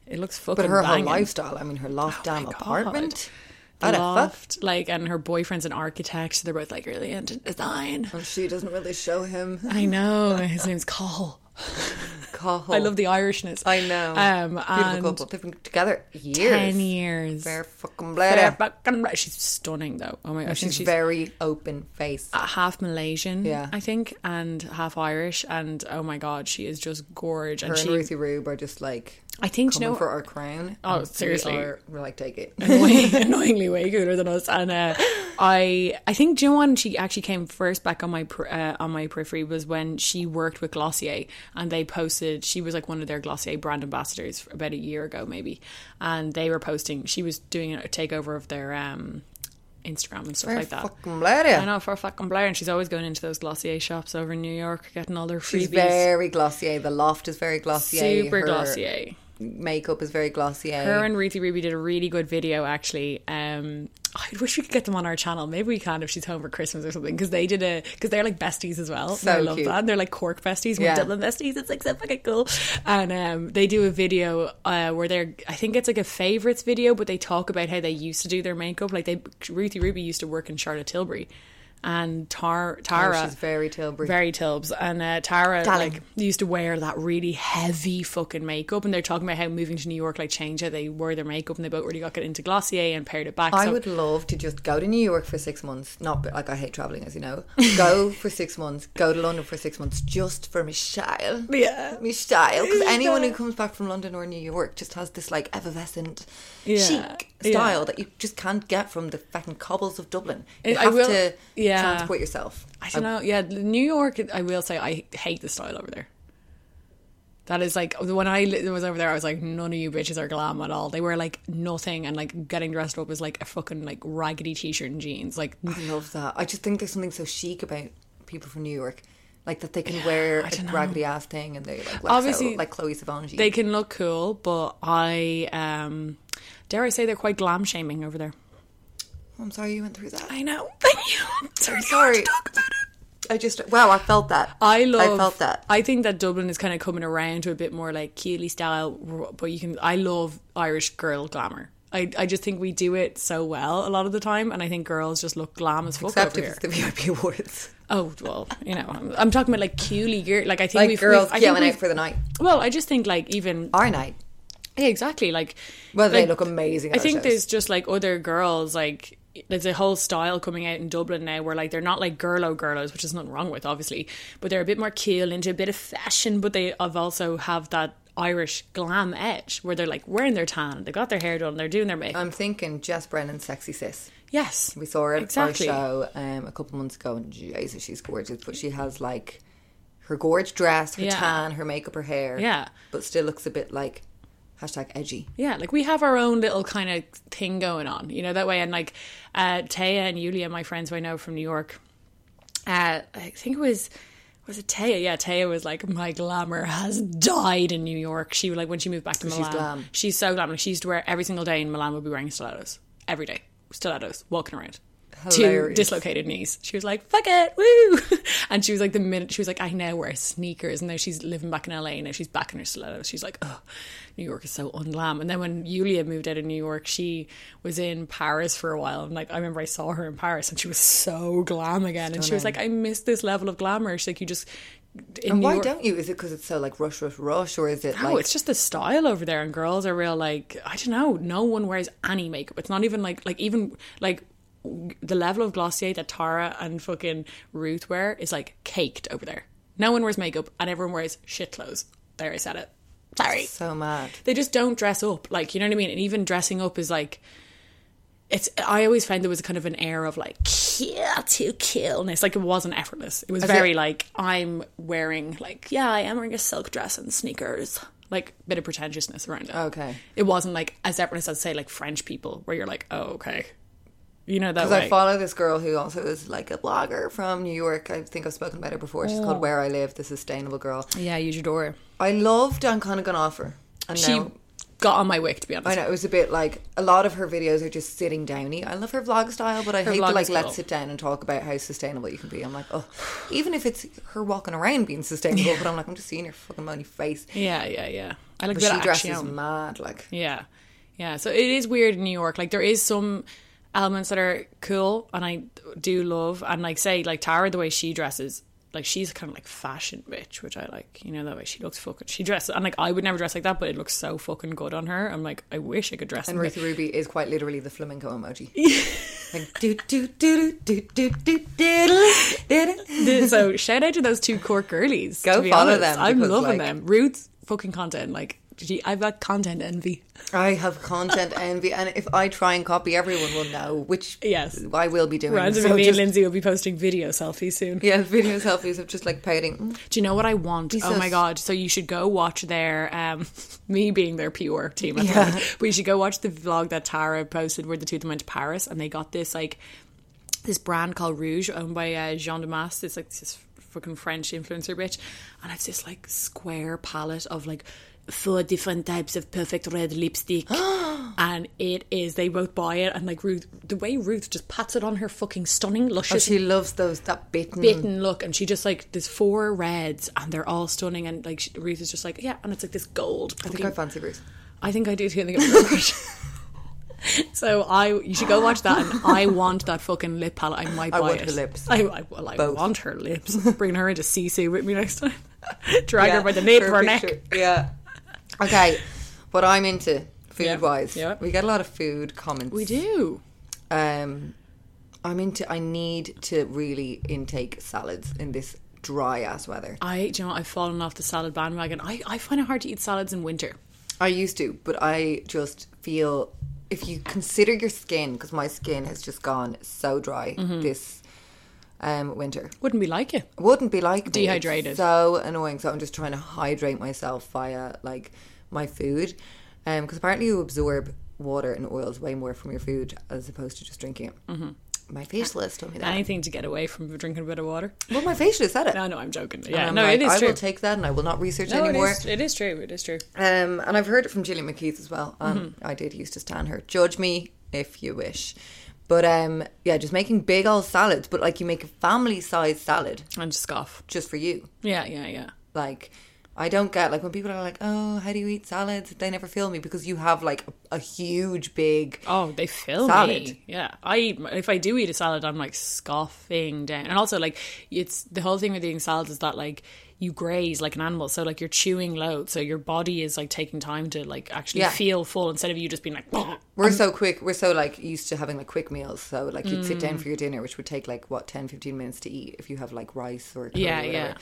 Speaker 3: it looks fucking.
Speaker 4: But her
Speaker 3: banging. Oh
Speaker 4: whole lifestyle. I mean, her loft damn
Speaker 3: God.
Speaker 4: apartment.
Speaker 3: The
Speaker 4: What a fuck.
Speaker 3: loft, like, and her boyfriend's an architect, so they're both like really into design.
Speaker 4: She doesn't really show him. (laughs)
Speaker 3: I know his name's Call. I love the Irishness.
Speaker 4: I know.
Speaker 3: Um,
Speaker 4: Beautiful
Speaker 3: and
Speaker 4: couple. They've been together years.
Speaker 3: ten years.
Speaker 4: They're fucking
Speaker 3: They're
Speaker 4: bloody.
Speaker 3: fucking right. She's stunning though. Oh my gosh,
Speaker 4: She's,
Speaker 3: she's, Uh, she's
Speaker 4: very open face.
Speaker 3: half Malaysian,
Speaker 4: Yeah.
Speaker 3: I think, and half Irish. And oh my god, she is just gorge.
Speaker 4: Her
Speaker 3: and she,
Speaker 4: and Ruthie Rube are just like
Speaker 3: I think you
Speaker 4: coming
Speaker 3: know
Speaker 4: for our crown.
Speaker 3: Oh,
Speaker 4: and we
Speaker 3: seriously.
Speaker 4: are- we're like take it. (laughs)
Speaker 3: annoying, annoyingly way cooler than us. And uh, I, I think do you know when she actually came first back on my per- uh, on my periphery was when she worked with Glossier, and they posted she was like one of their Glossier brand ambassadors for about a year ago maybe, and they were posting she was doing a takeover of their um, Instagram and stuff
Speaker 4: They're (laughs)
Speaker 3: like that.
Speaker 4: fucking bloody.
Speaker 3: I know for a fucking Blair, and she's always going into those Glossier shops over in New York, getting all their freebies.
Speaker 4: She's very glossier. The loft is very glossier.
Speaker 3: Super
Speaker 4: Her
Speaker 3: Glossier.
Speaker 4: Makeup is very glossier.
Speaker 3: Her and Ruthie Ruby did a really good video actually. Um, I wish we could get them on our channel. Maybe we can if she's home for Christmas or something. Because they did a because they're like besties as well.
Speaker 4: So
Speaker 3: I love
Speaker 4: cute.
Speaker 3: that. And they're like Cork besties, we're
Speaker 4: Yeah.
Speaker 3: Dublin besties. It's like so fucking cool. And um, they do a video uh, where they're I think it's like a favorites video, but they talk about how they used to do their makeup. Like they Ruthie Ruby used to work in Charlotte Tilbury, and Tar Tara.
Speaker 4: Oh, she's very Tilbury.
Speaker 3: Very Tilbs. And uh, Tara
Speaker 4: Darling.
Speaker 3: like used to wear that really heavy fucking makeup. And they're talking about how moving to New York like changed how they wore their makeup and they both really got into Glossier and paired it back.
Speaker 4: I
Speaker 3: So-
Speaker 4: would love to just go to New York for six months. Not but, like I hate traveling, as you know.
Speaker 3: (laughs)
Speaker 4: Go for six months. Go to London for six months just for Michelle.
Speaker 3: Yeah.
Speaker 4: Michelle. Because anyone who comes back from London or New York just has this like effervescent,
Speaker 3: Yeah.
Speaker 4: chic
Speaker 3: Yeah.
Speaker 4: style that you just can't get from the fucking cobbles of Dublin. You
Speaker 3: It- I
Speaker 4: have
Speaker 3: will-
Speaker 4: to
Speaker 3: yeah.
Speaker 4: transport yourself.
Speaker 3: I don't know. Yeah, New York. I will say I hate the style over there. That is like when I li- was over there, I was like, none of you bitches are glam at all. They wear like nothing, and like getting dressed up is like a fucking like raggedy t-shirt and jeans. Like
Speaker 4: I love that. I just think there's something so chic about people from New York. Like that they can wear a raggedy ass thing and they like wax
Speaker 3: Obviously,
Speaker 4: out, like Chloe Savonji.
Speaker 3: they can look cool, but I um dare I say they're quite glam shaming over there.
Speaker 4: Oh, I'm sorry you went through that.
Speaker 3: I know. (laughs) Thank you. I'm sorry.
Speaker 4: sorry. I just wow, I felt that.
Speaker 3: I love.
Speaker 4: I felt that.
Speaker 3: I think that Dublin is kind of coming around to a bit more like Keely style, but you can. I love Irish girl glamour. I, I just think we do it so well a lot of the time, and I think girls just look glam as fuck
Speaker 4: Except
Speaker 3: over
Speaker 4: if
Speaker 3: here.
Speaker 4: it's the VIP awards,
Speaker 3: oh well, you know, I'm, I'm talking about like Keely girl. Like I think
Speaker 4: like
Speaker 3: we've,
Speaker 4: girls
Speaker 3: we've, I think
Speaker 4: going out
Speaker 3: we've-
Speaker 4: for the night,
Speaker 3: Well, I just think like even
Speaker 4: our night.
Speaker 3: yeah, exactly like.
Speaker 4: Well, they
Speaker 3: like,
Speaker 4: look amazing.
Speaker 3: I
Speaker 4: at our
Speaker 3: think
Speaker 4: shows.
Speaker 3: there's just like other girls like there's a whole style coming out in Dublin now where like they're not like girlo girlos, which is nothing wrong with obviously, but they're a bit more keel into a bit of fashion, but they have also have that Irish glam edge where they're like wearing their tan, they got their hair done, they're doing their makeup.
Speaker 4: I'm thinking Jess Brennan's sexy sis.
Speaker 3: yes,
Speaker 4: We saw her at
Speaker 3: exactly.
Speaker 4: our show um, a couple months ago, and Jesus, she's gorgeous. But she has like her gorge dress, her
Speaker 3: Yeah.
Speaker 4: tan, her makeup, her hair.
Speaker 3: Yeah.
Speaker 4: but still looks a bit like hashtag edgy.
Speaker 3: Yeah, like we have our own little kind of thing going on, you know, that way. And like uh, Taya and Yulia, my friends who I know from New York, uh, I think it was was it Taya? Yeah, Taya was like, my glamour has died in New York. She like when she moved back to Milan,
Speaker 4: glam.
Speaker 3: she's so glam. Like she used to wear every single day in Milan would be wearing stilettos every day, stilettos walking around. To
Speaker 4: Hilarious.
Speaker 3: dislocated knees. She was like, fuck it, woo! (laughs) And she was like, the minute she was like, I now wear sneakers. And now she's living back in LA. Now she's back in her stilettos. She's like, oh, New York is so unglam. And then when Yulia moved out of New York, she was in Paris for a while. And like, I remember I saw her in Paris and she was so glam again. And she was like, I miss this level of glamour. She's like, you just. In
Speaker 4: And
Speaker 3: New
Speaker 4: why
Speaker 3: York,
Speaker 4: don't you? Is it because it's so like rush, rush, rush, or is it
Speaker 3: no,
Speaker 4: like
Speaker 3: Oh, it's just the style over there, and girls are real like I don't know. No one wears any makeup. It's not even like like even like the level of Glossier that Tara and fucking Ruth wear is like caked over there. No one wears makeup and everyone wears shit clothes. There, I said it. Sorry.
Speaker 4: So mad.
Speaker 3: They just don't dress up. Like, you know what I mean? And even dressing up is like, it's, I always found there was kind of an air of like, kill to killness. Like, it wasn't effortless. It was very
Speaker 4: it-
Speaker 3: like, I'm wearing, like, yeah, I am wearing a silk dress and sneakers. Like, bit of pretentiousness around it.
Speaker 4: Okay.
Speaker 3: It wasn't like as effortless as, say, like French people, where you're like, oh, okay. You know, that
Speaker 4: Because
Speaker 3: way.
Speaker 4: I follow this girl who also is like a blogger from New York. I think I've spoken about her before. She's called Where I Live, the Sustainable Girl.
Speaker 3: Oh. yeah, use your door.
Speaker 4: I loved Ancona Gonoffer. And
Speaker 3: She
Speaker 4: now,
Speaker 3: got on my wick, to be honest.
Speaker 4: I know it was a bit like a lot of her videos are just sitting downy. I love her vlog style, but I hate
Speaker 3: vlog
Speaker 4: the like
Speaker 3: is cool.
Speaker 4: let's sit down and talk about how sustainable you can be. I'm like, oh, even if it's her walking around being sustainable, but I'm like, I'm just seeing her fucking money face.
Speaker 3: Yeah, yeah, yeah. I like
Speaker 4: But
Speaker 3: that um,
Speaker 4: she dresses
Speaker 3: action.
Speaker 4: mad, like
Speaker 3: Yeah. Yeah. So it is weird in New York. Like there is some elements that are cool and I do love and like say like Tara the way she dresses like she's kind of like fashion bitch which I like you know that way she looks fucking she dresses and like I would never dress like that but it looks so fucking good on her I'm like I wish I could dress
Speaker 4: And
Speaker 3: in
Speaker 4: Ruth Ruby is quite literally the
Speaker 3: (laughs)
Speaker 4: flamenco emoji. like do do do do do do do diddle, diddle.
Speaker 3: that. (laughs) so shout out to those two Cork girlies
Speaker 4: Go
Speaker 3: to be
Speaker 4: follow
Speaker 3: honest.
Speaker 4: them,
Speaker 3: I'm
Speaker 4: because,
Speaker 3: loving
Speaker 4: like-
Speaker 3: them Ruth's fucking content like gee, I've got content envy
Speaker 4: I have content envy, and if I try and copy, everyone will know, which
Speaker 3: Yes.
Speaker 4: I will be doing.
Speaker 3: randomly
Speaker 4: So
Speaker 3: me and
Speaker 4: just-
Speaker 3: Lindsay will be posting video selfies soon
Speaker 4: yeah, video selfies of just like pouting. "Mm,
Speaker 3: Do you know what I want? Oh
Speaker 4: so
Speaker 3: my
Speaker 4: s-
Speaker 3: god! So you should go watch their um, (laughs) me being their PR team. At the
Speaker 4: Yeah.
Speaker 3: moment. but you should go watch the vlog that Tara posted where the two of them went to Paris and they got this like this brand called Rouge owned by uh, Jean Damas. It's like this fucking French influencer bitch, and it's this like square palette of like four different types of perfect red
Speaker 4: (gasps)
Speaker 3: lipstick, and it is they both buy it and like Ruth the way Ruth just pats it on her fucking stunning
Speaker 4: Oh,
Speaker 3: luscious
Speaker 4: she loves those that bitten.
Speaker 3: bitten look and she just like there's four reds and they're all stunning and like she, Ruth is just like yeah and it's like this gold
Speaker 4: I think I fancy Bruce.
Speaker 3: I think I do too I think I'm gonna crush. (laughs) so I you should go watch that and I want that fucking lip palette I might buy
Speaker 4: want
Speaker 3: it
Speaker 4: her lips.
Speaker 3: I, I, well, I want her
Speaker 4: (laughs)
Speaker 3: lips bring her into Sisu with me next time drag her by the nape
Speaker 4: for
Speaker 3: of
Speaker 4: a
Speaker 3: her neck
Speaker 4: picture. Yeah. Okay, what I'm into food wise,
Speaker 3: yeah.
Speaker 4: we get a lot of food comments.
Speaker 3: we do
Speaker 4: Um, I'm into. I need to really intake salads in this dry ass weather.
Speaker 3: I do you know what, I've fallen off the salad bandwagon I, I find it hard to eat salads in winter
Speaker 4: I used to, but I just feel if you consider your skin, because my skin has just gone so dry
Speaker 3: Mm-hmm.
Speaker 4: this um, winter.
Speaker 3: wouldn't be like it
Speaker 4: Wouldn't be like me. It's
Speaker 3: Dehydrated.
Speaker 4: so annoying. So I'm just trying to hydrate myself via like my food, because apparently you absorb water and oils way more from your food as opposed to just drinking it. Mm-hmm. My facialist told me that.
Speaker 3: anything to get away from drinking a bit of water
Speaker 4: well, my facialist said it.
Speaker 3: no no I'm joking yeah
Speaker 4: I'm
Speaker 3: no
Speaker 4: like,
Speaker 3: it is
Speaker 4: I
Speaker 3: true
Speaker 4: will take that and I will not research
Speaker 3: no, it
Speaker 4: anymore.
Speaker 3: is, it is true. It is true.
Speaker 4: Um, and I've heard it from Gillian McKeith as well. Um,
Speaker 3: Mm-hmm.
Speaker 4: I did used to stand her. Judge me if you wish. But um, yeah, just making big old salads, but like you make a family sized salad
Speaker 3: And just scoff.
Speaker 4: just for you.
Speaker 3: Yeah, yeah, yeah.
Speaker 4: Like, I don't get like when people are like, oh, how do you eat salads? They never feel me because you have like a, a huge, big.
Speaker 3: Oh, they fill
Speaker 4: Salad.
Speaker 3: me. Yeah, I eat. If I do eat a salad, I'm like scoffing down. And also, like, it's the whole thing with eating salads is that like you graze like an animal, so like you're chewing loads, so your body is like taking time to like actually
Speaker 4: Yeah.
Speaker 3: feel full instead of you just being like. "Bah."
Speaker 4: We're so quick. We're so like used to having like quick meals. So like you'd sit
Speaker 3: Mm.
Speaker 4: down for your dinner, which would take like what 10, 15 minutes to eat if you have like rice or curry
Speaker 3: Yeah,
Speaker 4: or whatever.
Speaker 3: yeah.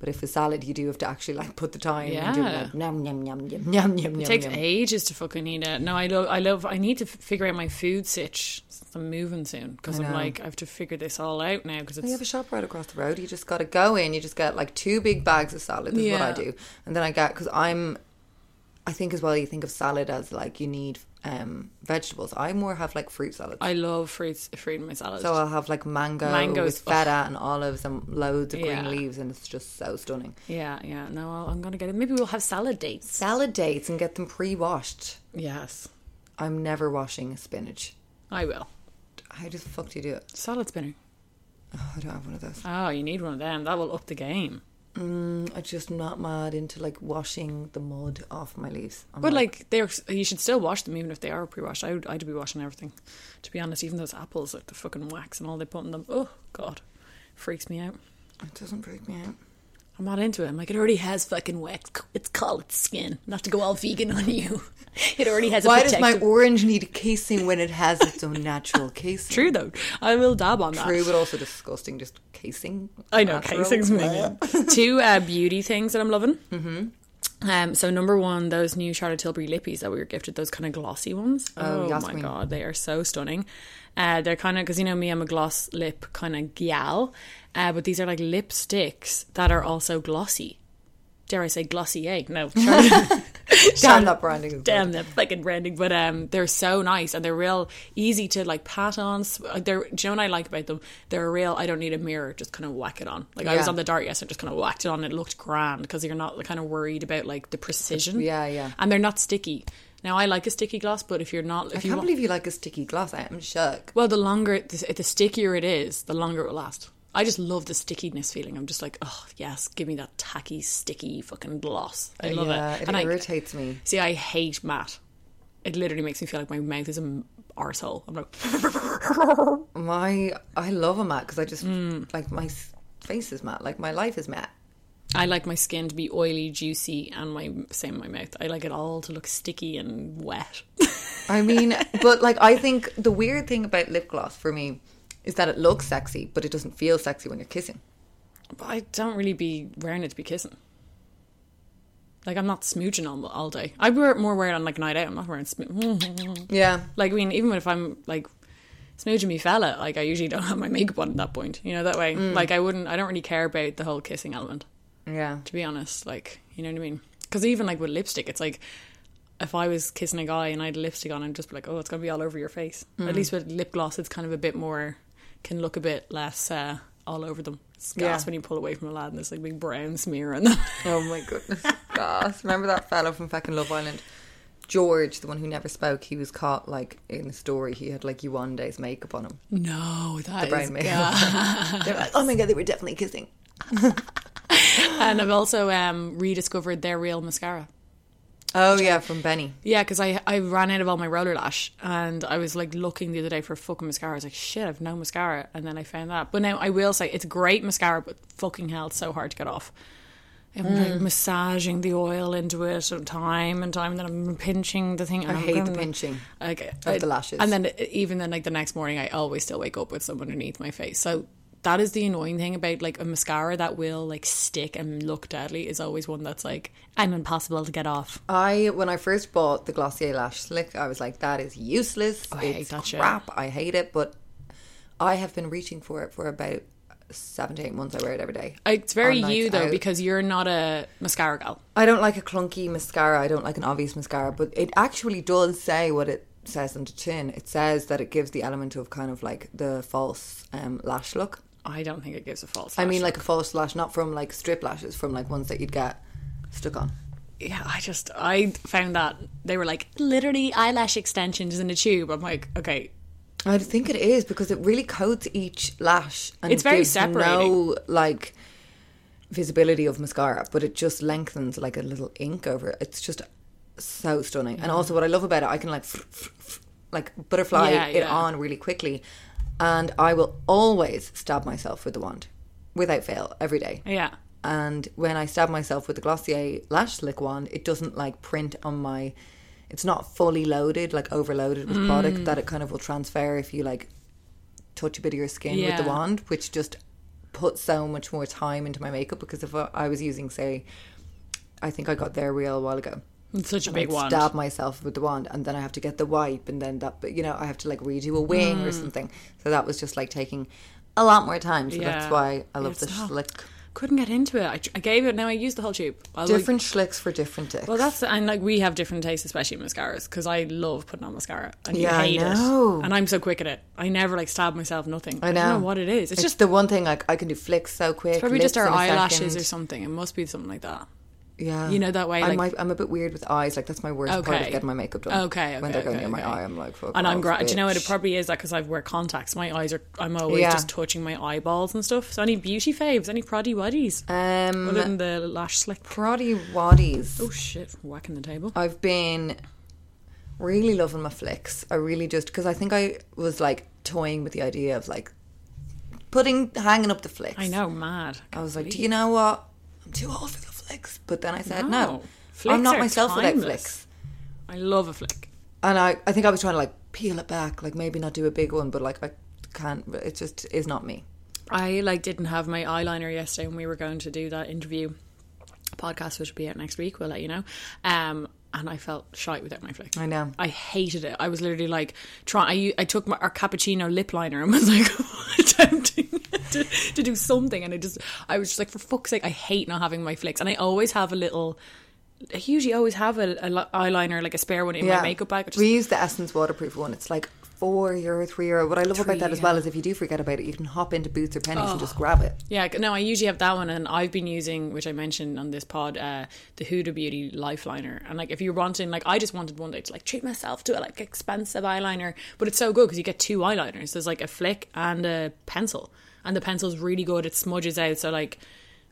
Speaker 4: But if a salad, you do have to actually like put the time. And do
Speaker 3: Yeah.
Speaker 4: like, nom nom nom nom nom nom.
Speaker 3: It takes ages to fucking eat it. No, I love. I love. I need to f- figure out my food sitch. since I'm moving soon because I'm
Speaker 4: know.
Speaker 3: like I have to figure this all out now because it's
Speaker 4: We have a shop right across the road. You just got to go in. You just get like two big bags of salad. Is what I
Speaker 3: Yeah.
Speaker 4: do, and then I get because I'm, I think as well. You think of salad as like you need um vegetables. I more have like fruit salad.
Speaker 3: I love fruits fruit in my salad.
Speaker 4: So I'll have like mango
Speaker 3: Mangoes,
Speaker 4: with
Speaker 3: ugh.
Speaker 4: feta and olives and loads of green
Speaker 3: Yeah.
Speaker 4: leaves, and it's just so stunning.
Speaker 3: yeah, yeah. No, I'll, I'm gonna get it. Maybe we'll have salad dates.
Speaker 4: Salad dates and get them pre-washed.
Speaker 3: Yes,
Speaker 4: I'm never washing spinach.
Speaker 3: I will.
Speaker 4: How the fuck do you do it?
Speaker 3: Salad spinner.
Speaker 4: Oh, I don't have one of those.
Speaker 3: Oh, you need one of them. That will up the game.
Speaker 4: I'm just not mad into like washing the mud off my leaves. I'm
Speaker 3: But like, they're you should still wash them even if they are pre-washed. I would, I'd be washing everything. To be honest, even those apples, like the fucking wax and all they put in them. Oh God, freaks me out.
Speaker 4: it doesn't freak me out.
Speaker 3: I'm I'm not into it. I'm like, it already has fucking wax. It's called its skin. Not to go all vegan on you. (laughs) It already has.
Speaker 4: Why
Speaker 3: a
Speaker 4: does
Speaker 3: protective...
Speaker 4: my orange need casing when it has its own
Speaker 3: (laughs)
Speaker 4: natural casing?
Speaker 3: True though, I will dab on that.
Speaker 4: True, but also disgusting. Just
Speaker 3: (laughs)
Speaker 4: casing.
Speaker 3: I know
Speaker 4: Natural.
Speaker 3: casing's mean. (laughs) Two uh, beauty things that I'm loving. Mm-hmm. Um, so number one, those new Charlotte Tilbury lippies that we were gifted, those kind of glossy ones. Oh, my
Speaker 4: Yasmin.
Speaker 3: god, they are so stunning. Uh, they're kind of because you know me, I'm a gloss lip kind of gal, uh, but these are like lipsticks that are also glossy. Dare I say glossier? No,
Speaker 4: Damn that branding. Is
Speaker 3: damn that fucking branding but um they're so nice and they're real easy to like pat on s- like they're do you know what i like about them they're real i don't need a mirror just kind of whack it on like i was
Speaker 4: Yeah.
Speaker 3: on the dart yesterday just kind of whacked it on and it looked grand because you're not kind of worried about like the precision
Speaker 4: Yeah, yeah.
Speaker 3: and they're not sticky now i like a sticky gloss but if you're not if
Speaker 4: good. I
Speaker 3: you
Speaker 4: can't
Speaker 3: want,
Speaker 4: believe you like a sticky gloss. I am shook.
Speaker 3: well the longer it- the, the stickier it is the longer it will last I just love the stickiness feeling. I'm just like, oh yes, give me that tacky, sticky fucking gloss. I love
Speaker 4: Uh, yeah,
Speaker 3: it. And I-
Speaker 4: irritates me.
Speaker 3: See, I hate matte. It literally makes me feel like my mouth is an arsehole. I'm like, (laughs)
Speaker 4: My, I love a matte because I just
Speaker 3: Hmm.
Speaker 4: like my s- face is matte. Like my life is matte.
Speaker 3: I like my skin to be oily, juicy, and my same my mouth. I like it all to look sticky and wet. (laughs)
Speaker 4: I mean, (laughs) but like I think the weird thing about lip gloss for me is that it looks sexy, but it doesn't feel sexy when you're kissing.
Speaker 3: but I don't really be wearing it to be kissing. Like I'm not smooching all, all day. I wear it more wear it on like a night out. I'm not wearing smoo-
Speaker 4: Yeah.
Speaker 3: like I mean, even if I'm like smooching me fella, like I usually don't have my makeup on at that point. You know that way. Like I wouldn't. I don't really care about the whole kissing element.
Speaker 4: Yeah.
Speaker 3: to be honest. Like, you know what I mean? Because even like with lipstick, it's like if I was kissing a guy and I had lipstick on, I'd just be like, oh, it's gonna be all over your face. At least with lip gloss, it's kind of a bit more can look a bit less uh, all over them. It's
Speaker 4: Yeah.
Speaker 3: gas when you pull away from a lad and there's like big brown smear on them.
Speaker 4: Oh my goodness. Gosh. Remember that fellow from fucking Love Island? George, the one who never spoke, he was caught like in a story. He had like Yuande's makeup on him.
Speaker 3: (laughs) no, that
Speaker 4: brown
Speaker 3: is
Speaker 4: makeup.
Speaker 3: gas.
Speaker 4: They're like, oh my god, (laughs) they were definitely kissing.
Speaker 3: and I've also um, rediscovered their real mascara.
Speaker 4: Oh yeah, from Benny.
Speaker 3: Yeah, because I I ran out of all my roller lash, and I was like looking the other day for fucking mascara. I was like, shit, I've no mascara, and then I found that. But now I will say it's great mascara, but fucking hell, it's so hard to get off. I'm
Speaker 4: Mm.
Speaker 3: like massaging the oil into it and time and time, and then I'm pinching the thing. and
Speaker 4: I
Speaker 3: I'm
Speaker 4: hate the
Speaker 3: going,
Speaker 4: pinching
Speaker 3: like,
Speaker 4: of the lashes.
Speaker 3: and then uh, even then, like the next morning, I always still wake up with some underneath my face. So that is the annoying thing about like a mascara that will like stick and look deadly is always one that's like I'm impossible to get off.
Speaker 4: I when I first bought the Glossier Lash Slick, I was like, that is useless.
Speaker 3: Oh, I hate
Speaker 4: it's
Speaker 3: that shit.
Speaker 4: crap. I hate it, but I have been reaching for it for about seven to eight months. I wear it every day.
Speaker 3: It's very
Speaker 4: on
Speaker 3: you
Speaker 4: nights
Speaker 3: though,
Speaker 4: out.
Speaker 3: because you're not a mascara gal.
Speaker 4: I don't like a clunky mascara. I don't like an obvious mascara, but it actually does say what it says on the tin. It says that it gives the element of kind of like the false um, lash look.
Speaker 3: I don't think it gives a false.
Speaker 4: I
Speaker 3: lash.
Speaker 4: mean, like a false lash, not from like strip lashes, from like ones that you'd get stuck on.
Speaker 3: yeah, I just I found that they were like literally eyelash extensions in a tube. I'm like, okay,
Speaker 4: I think it is because it really coats each lash. And
Speaker 3: It's very
Speaker 4: gives No
Speaker 3: separating.
Speaker 4: like visibility of mascara, but it just lengthens like a little ink over it. It's just so stunning. And also, what I love about it, I can like like butterfly
Speaker 3: Yeah,
Speaker 4: it
Speaker 3: yeah.
Speaker 4: on really quickly, and I will always stab myself with the wand, without fail, every day.
Speaker 3: yeah,
Speaker 4: And when I stab myself with the Glossier lash slick wand, it doesn't like print on my. It's not fully loaded, like overloaded with product
Speaker 3: Mm.
Speaker 4: that it kind of will transfer if you like touch a bit of your skin with the
Speaker 3: Yeah.
Speaker 4: wand, which just put so much more time into my makeup because if I I was using, say, I think I got there real a while ago.
Speaker 3: it's such a big
Speaker 4: I'd
Speaker 3: one.
Speaker 4: Stab myself with the wand, and then I have to get the wipe, and then that. But you know, I have to like redo a wing
Speaker 3: Mm.
Speaker 4: or something. So that was just like taking a lot more time. So
Speaker 3: Yeah.
Speaker 4: that's why I love
Speaker 3: It's
Speaker 4: the
Speaker 3: not-
Speaker 4: slick.
Speaker 3: Couldn't get into it. I, tr- I gave it. Now I use the whole tube. I like-
Speaker 4: Different schlicks for different dicks.
Speaker 3: well, that's and like we have different tastes, especially in mascaras, because I love putting on mascara and
Speaker 4: Yeah,
Speaker 3: you
Speaker 4: I
Speaker 3: hate
Speaker 4: know.
Speaker 3: it, and I'm so quick at it. I never like stab myself. Nothing.
Speaker 4: I know.
Speaker 3: I don't know what it is. It's, just
Speaker 4: the one thing like I can do flicks so quick.
Speaker 3: probably just our
Speaker 4: lips in a
Speaker 3: eyelashes
Speaker 4: second.
Speaker 3: or something. It must be something like that.
Speaker 4: Yeah,
Speaker 3: you know, that way,
Speaker 4: I
Speaker 3: like-
Speaker 4: might, I'm a bit weird with eyes. Like that's my worst part of
Speaker 3: Okay.
Speaker 4: getting my makeup done.
Speaker 3: Okay, okay.
Speaker 4: when they're going
Speaker 3: okay,
Speaker 4: near my
Speaker 3: okay.
Speaker 4: eye, I'm like, fuck.
Speaker 3: and I'm
Speaker 4: off,
Speaker 3: gra- do you know what? It
Speaker 4: bitch.
Speaker 3: probably is that because I wear contacts. My eyes are. I'm always
Speaker 4: Yeah.
Speaker 3: just touching my eyeballs and stuff. So any beauty faves, any proddy waddies,
Speaker 4: Um,
Speaker 3: other than the lash slick.
Speaker 4: Proddy waddies.
Speaker 3: Oh shit! Whacking the table.
Speaker 4: I've been really loving my flicks. I really just because I think I was like toying with the idea of like putting hanging up the flicks.
Speaker 3: I know, mad.
Speaker 4: um, I was like, do you know what? I'm I'm too old for the flicks. But then I said,
Speaker 3: No.
Speaker 4: no,
Speaker 3: Flicks
Speaker 4: I'm not
Speaker 3: are
Speaker 4: myself without
Speaker 3: timeless.
Speaker 4: flicks.
Speaker 3: I love a flick.
Speaker 4: And I, I think I was trying to like peel it back, like maybe not do a big one, but like I can't. It just is not me.
Speaker 3: I like didn't have my eyeliner yesterday when we were going to do that interview podcast, which will be out next week. We'll let you know. Um, and I felt shite without my flick.
Speaker 4: I know.
Speaker 3: I hated it. I was literally like trying. I took my, our cappuccino lip liner and was like (laughs) attempting to, to do something, and I just I was just like, for fuck's sake, I hate not having my flicks. And I always have a little. I usually always have a, a li- eyeliner, like a spare one in my makeup bag. I just-
Speaker 4: we use the Essence waterproof one. It's like four euro, three euro. What I love
Speaker 3: Three,
Speaker 4: about that as
Speaker 3: yeah. Oh.
Speaker 4: well is if you do forget about it, you can hop into Boots or Pennies and just grab it.
Speaker 3: Yeah, c- no, I usually have that one, and I've been using, which I mentioned on this pod, uh, the Huda Beauty Lifeliner. And like, if you're wanting, like, I just wanted one day to like treat myself to a like expensive eyeliner, but it's so good because you get two eyeliners. There's like a flick and a pencil, and the pencil's really good. It smudges out, so like.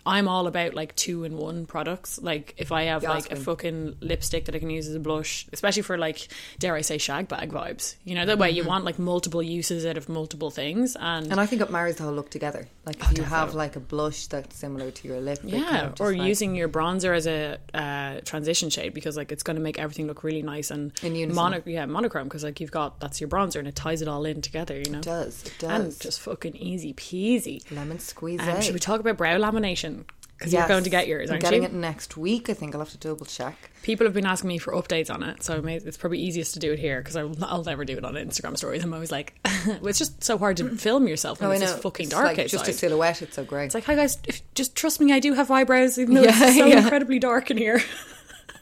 Speaker 3: I'm all about like two in one products. Like if I have like a
Speaker 4: Jasmine.
Speaker 3: fucking lipstick that I can use as a blush, especially for like dare I say shag bag vibes. You know that way you want like multiple uses out of multiple things. And
Speaker 4: And I think it marries the whole look together. Like if you have like a blush that's similar to your lip, it kind
Speaker 3: Oh, Yeah,
Speaker 4: of just,
Speaker 3: or
Speaker 4: like-
Speaker 3: using your bronzer as a uh, transition shade because like it's going to make everything look really nice and
Speaker 4: In unison.
Speaker 3: mono- yeah, monochrome because like you've got that's your bronzer and it ties it all in together, you know. It
Speaker 4: does, it does.
Speaker 3: And just fucking easy peasy.
Speaker 4: lemon squeeze.
Speaker 3: Um,
Speaker 4: out.
Speaker 3: should we talk about brow lamination? Because
Speaker 4: Yes.
Speaker 3: you're going to get yours,
Speaker 4: I'm
Speaker 3: aren't
Speaker 4: getting
Speaker 3: you?
Speaker 4: it next week. I think I'll have to double check.
Speaker 3: People have been asking me for updates on it, so I may, it's probably easiest to do it here because I'll, I'll never do it on Instagram stories. I'm always like, (laughs) well, it's just so hard to film yourself when
Speaker 4: Mm. Oh, I
Speaker 3: it's just
Speaker 4: know.
Speaker 3: fucking
Speaker 4: It's
Speaker 3: dark
Speaker 4: like
Speaker 3: outside.
Speaker 4: Just a silhouette. It's so great.
Speaker 3: It's like, hi guys, if, just trust me, I do have eyebrows, even though
Speaker 4: Yeah,
Speaker 3: it's so
Speaker 4: yeah.
Speaker 3: incredibly dark in here. (laughs)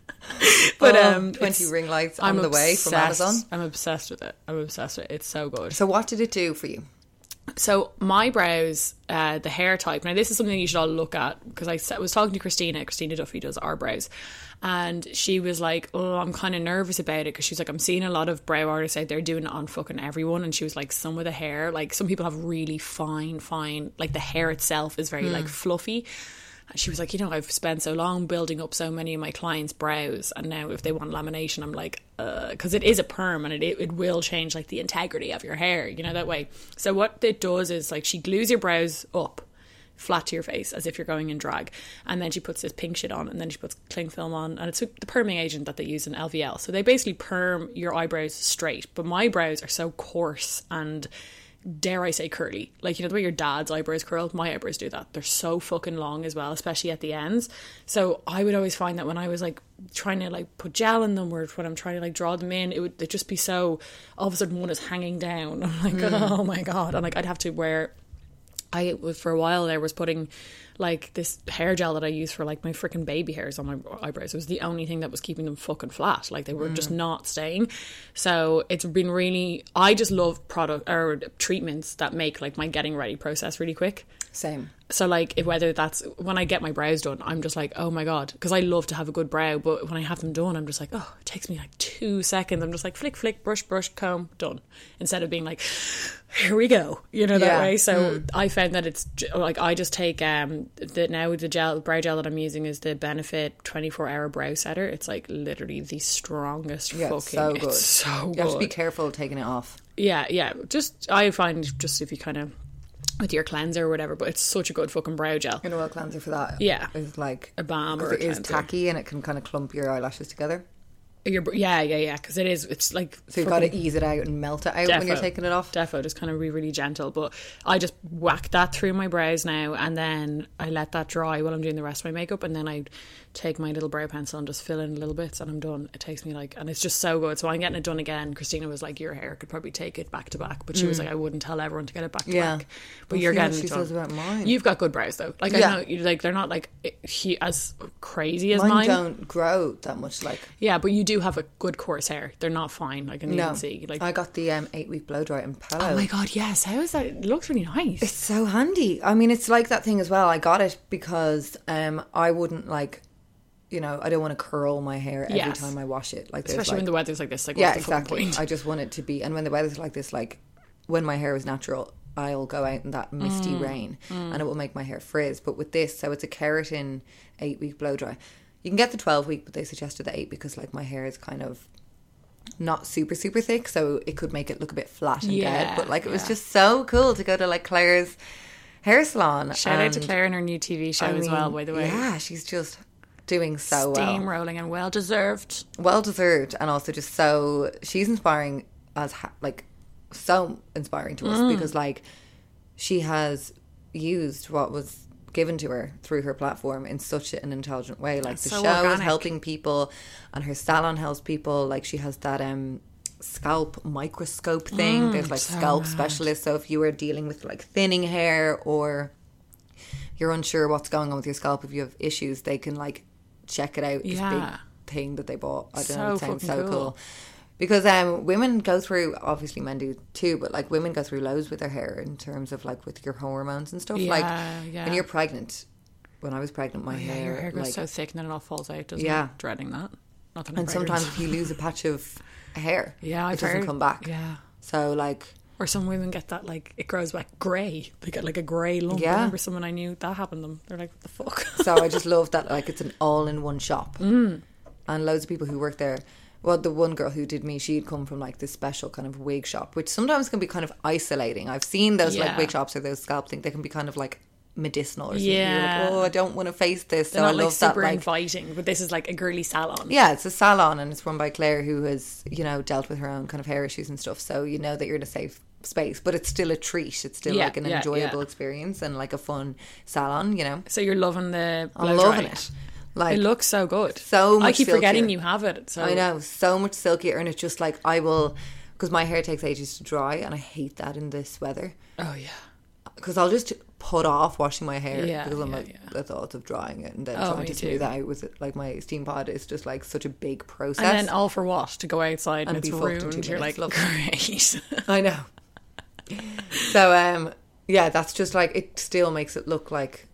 Speaker 3: but
Speaker 4: Oh,
Speaker 3: um,
Speaker 4: 20
Speaker 3: it's-
Speaker 4: ring lights on the way from
Speaker 3: obsessed-
Speaker 4: Amazon.
Speaker 3: I'm obsessed with it. I'm obsessed with it. It's so good.
Speaker 4: So what did it do for you?
Speaker 3: So my brows, uh, the hair type. Now this is something you should all look at because I s- was talking to Christina. Christina Duffy does our brows, and she was like, "Oh, I'm kind of nervous about it," because she's like, "I'm seeing a lot of brow artists out there doing it on fucking everyone," and she was like, "Some of the hair, like some people have really fine, fine, like the hair itself is very like fluffy." And she was like, "You know, I've spent so long building up so many of my clients' brows, and now if they want lamination, I'm like, because it is a perm and it it will change like the integrity of your hair, you know that way. So what it does is like she glues your brows up." flat to your face as if you're going in drag and then she puts this pink shit on and then she puts cling film on and it's the perming agent that they use in LVL so they basically perm your eyebrows straight but my brows are so coarse and dare I say curly. Like you know the way your dad's eyebrows curl, my eyebrows do that. They're so fucking long as well, especially at the ends. So I would always find that when I was like trying to like put gel in them or when I'm trying to like draw them in, it would they'd just be so all of a sudden one is hanging down. (laughs) I'm like, oh my god. And like I'd have to wear I was for a while there was putting like this hair gel that I use for like my freaking baby hairs on my eyebrows. It was the only thing that was keeping them fucking flat. Like they were just not staying. So it's been really I just love product or treatments that make like my getting ready process really quick.
Speaker 4: Same.
Speaker 3: So like if whether that's when I get my brows done, I'm just like, oh my god, because I love to have a good brow, but when I have them done, I'm just like, oh, it takes me like two seconds. I'm just like flick, flick, brush, brush, comb, done. Instead of being like, (sighs) here we go, you know that
Speaker 4: Yeah. Hmm.
Speaker 3: way. So I found that it's j- like I just take um the now the gel brow gel that I'm using is the Benefit 24 hour brow setter. It's like literally the strongest
Speaker 4: Yeah,
Speaker 3: fucking.
Speaker 4: it's so good.
Speaker 3: It's so
Speaker 4: you
Speaker 3: good.
Speaker 4: have to be careful of taking it off.
Speaker 3: Yeah, yeah. Just I find just if you kind of with your cleanser or whatever, but it's such a good fucking brow gel.
Speaker 4: An oil cleanser for that.
Speaker 3: Yeah.
Speaker 4: Is like
Speaker 3: A balm
Speaker 4: because
Speaker 3: or a
Speaker 4: it is
Speaker 3: cleanser.
Speaker 4: tacky and it can kind of clump your eyelashes together.
Speaker 3: Your, br- yeah, yeah, yeah. Because it is. It's like
Speaker 4: So you've got to ease it out and melt it out when you're taking it off.
Speaker 3: Defo, just kind of be really gentle. But I just whack that through my brows now, and then I let that dry while I'm doing the rest of my makeup, and then I take my little brow pencil and just fill in little bits, and I'm done. It takes me like, and it's just so good. So I'm getting it done again. Christina was like, "Your hair could probably take it back to back," but she was like, "I wouldn't tell everyone to get it back to
Speaker 4: Mm. Yeah.
Speaker 3: back." But
Speaker 4: We'll
Speaker 3: you're
Speaker 4: see what
Speaker 3: getting it
Speaker 4: she
Speaker 3: done.
Speaker 4: says about mine.
Speaker 3: You've got good brows though. Like
Speaker 4: Yeah.
Speaker 3: I know, you like they're not like he, as crazy as
Speaker 4: Mine,
Speaker 3: mine.
Speaker 4: don't grow that much. Like
Speaker 3: Yeah, but you do have a good coarse hair. They're not fine. Like I can
Speaker 4: no,
Speaker 3: even see. Like
Speaker 4: I got the um, eight week blow dry in Palo.
Speaker 3: Oh my god, yes. How is that? It looks really nice.
Speaker 4: It's so handy. I mean, it's like that thing as well. I got it because um, I wouldn't like, you know, I don't want to curl my hair every
Speaker 3: Yes.
Speaker 4: time I wash it. Like, there's,
Speaker 3: Especially
Speaker 4: like,
Speaker 3: when the weather's like this. Like,
Speaker 4: yeah,
Speaker 3: what's the fucking
Speaker 4: exactly.
Speaker 3: point?
Speaker 4: I just want it to be, and when the weather's like this, like when my hair is natural, I'll go out in that misty
Speaker 3: Mm.
Speaker 4: rain, and it will make my hair frizz. But with this, so it's a keratin eight week blow dry. You can get the twelve week, but they suggested the eight because like my hair is kind of not super super thick, so it could make it look a bit flat and
Speaker 3: Yeah,
Speaker 4: dead. But like it was
Speaker 3: yeah.
Speaker 4: just so cool to go to like Claire's hair salon.
Speaker 3: Shout out to
Speaker 4: and
Speaker 3: Claire in her new TV show
Speaker 4: I
Speaker 3: as well,
Speaker 4: mean,
Speaker 3: by the way.
Speaker 4: Yeah, she's just doing so well.
Speaker 3: Steamrolling and well deserved.
Speaker 4: well deserved and also just so she's inspiring as ha- like so inspiring to
Speaker 3: Mm.
Speaker 4: us because like she has used what was given to her through her platform in such an intelligent way like the
Speaker 3: so
Speaker 4: show is
Speaker 3: organic.
Speaker 4: helping people and her salon helps people like she has that um scalp microscope thing
Speaker 3: Mm,
Speaker 4: there's like scalp specialists so if you are dealing with like thinning hair or you're unsure what's going on with your scalp if you have issues they can like check it out this
Speaker 3: Yeah.
Speaker 4: big thing that they bought I don't
Speaker 3: So
Speaker 4: know it sounds
Speaker 3: fucking
Speaker 4: so
Speaker 3: cool.
Speaker 4: cool, because um women go through obviously men do too but like women go through lows with their hair in terms of like with your hormones and stuff like
Speaker 3: Yeah, yeah. Oh,
Speaker 4: when you're pregnant when I was pregnant my
Speaker 3: Yeah,
Speaker 4: hair,
Speaker 3: your hair goes
Speaker 4: like
Speaker 3: so thick and then it all falls out, doesn't
Speaker 4: Yeah.
Speaker 3: it? Dreading that. Nothing
Speaker 4: and sometimes if you lose a patch of hair
Speaker 3: (laughs) yeah, I've
Speaker 4: it doesn't
Speaker 3: heard-
Speaker 4: come back
Speaker 3: Yeah.
Speaker 4: so like
Speaker 3: Or some women get that like it grows back grey. They get like a grey lump. I
Speaker 4: Yeah.
Speaker 3: remember someone I knew that happened to them. They're like, what the fuck? (laughs)
Speaker 4: so I just love that like it's an all in one shop. Mm. And loads of people who work there. Well, the one girl who did me, she'd come from like this special kind of wig shop, which sometimes can be kind of isolating. I've seen those
Speaker 3: Yeah.
Speaker 4: like wig shops or those scalp things; they can be kind of like medicinal or something.
Speaker 3: Yeah.
Speaker 4: You're like, oh, I don't want to face this, so
Speaker 3: They're
Speaker 4: I
Speaker 3: not like
Speaker 4: love that.
Speaker 3: super
Speaker 4: Like,
Speaker 3: inviting, but this is like a girly salon.
Speaker 4: yeah, it's a salon and it's run by Claire, who has you know dealt with her own kind of hair issues and stuff. So you know that you're in a safe space, but it's still a treat. It's still
Speaker 3: Yeah,
Speaker 4: like an
Speaker 3: yeah, yeah.
Speaker 4: enjoyable experience and like a fun salon. You know,
Speaker 3: So you're loving the blow
Speaker 4: I'm loving
Speaker 3: dry.
Speaker 4: it. Like
Speaker 3: It looks so good.
Speaker 4: so
Speaker 3: I
Speaker 4: much
Speaker 3: keep forgetting
Speaker 4: silkier.
Speaker 3: you have it. So
Speaker 4: I know so much silkier, and it's just like I will, because my hair takes ages to dry, and I hate that in this weather.
Speaker 3: Oh yeah.
Speaker 4: Because I'll just put off washing my hair
Speaker 3: Yeah,
Speaker 4: because I'm
Speaker 3: yeah,
Speaker 4: like
Speaker 3: yeah.
Speaker 4: the thought of drying it and then
Speaker 3: Oh,
Speaker 4: trying
Speaker 3: me
Speaker 4: to
Speaker 3: too.
Speaker 4: smooth that out with like my steam pod is just like such a big process.
Speaker 3: And then all for what? To go outside and,
Speaker 4: And
Speaker 3: it's
Speaker 4: be fucked in two
Speaker 3: ruined. You're like,
Speaker 4: minutes.
Speaker 3: great.
Speaker 4: (laughs)
Speaker 3: (laughs)
Speaker 4: I know. so um, yeah, that's just like it still makes it look like.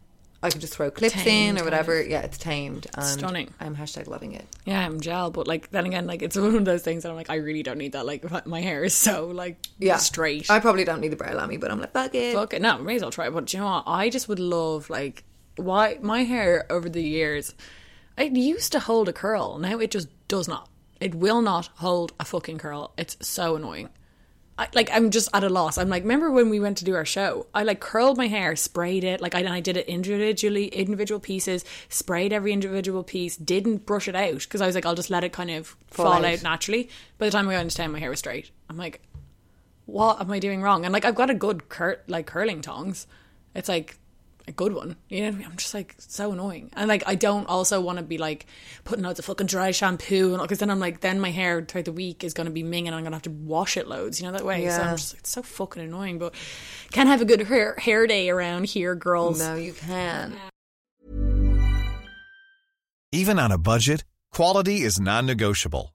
Speaker 4: I can just throw clips
Speaker 3: Tamed,
Speaker 4: in or
Speaker 3: kind
Speaker 4: whatever. Yeah, it's tamed. And
Speaker 3: Stunning.
Speaker 4: I'm hashtag loving it.
Speaker 3: yeah, I'm gel, but like then again, like it's one of those things that I'm like, I really don't need that. Like my- my hair is so like
Speaker 4: Yeah,
Speaker 3: straight.
Speaker 4: I probably don't need the brow lamy, but I'm like fuck it.
Speaker 3: Fuck it. No, may as well try it. But do you know what? I just would love like why my hair over the years. It used to hold a curl. Now it just does not. It will not hold a fucking curl. It's so annoying. I, like I'm just at a loss. I'm like, remember when we went to do our show? I like curled my hair, sprayed it, like I, and I did it individually, individual pieces, sprayed every individual piece, didn't brush it out because I was like, I'll just let it kind of fall,
Speaker 4: out.
Speaker 3: out naturally. By the time I got into town, my hair was straight. I'm like, what am I doing wrong? And like I've got a good cur- like curling tongs. It's like a good one. You know what I mean? I'm just like so annoying. And like I don't also want to be like putting loads of fucking dry shampoo and because then I'm like then my hair throughout the week is going to be minging and I'm going to have to wash it loads, you know that way. So
Speaker 4: Yeah.
Speaker 3: I'm just like it's so fucking annoying, but can have a good hair hair day around here, girls.
Speaker 4: No, you can.
Speaker 1: Even on a budget, quality is non-negotiable.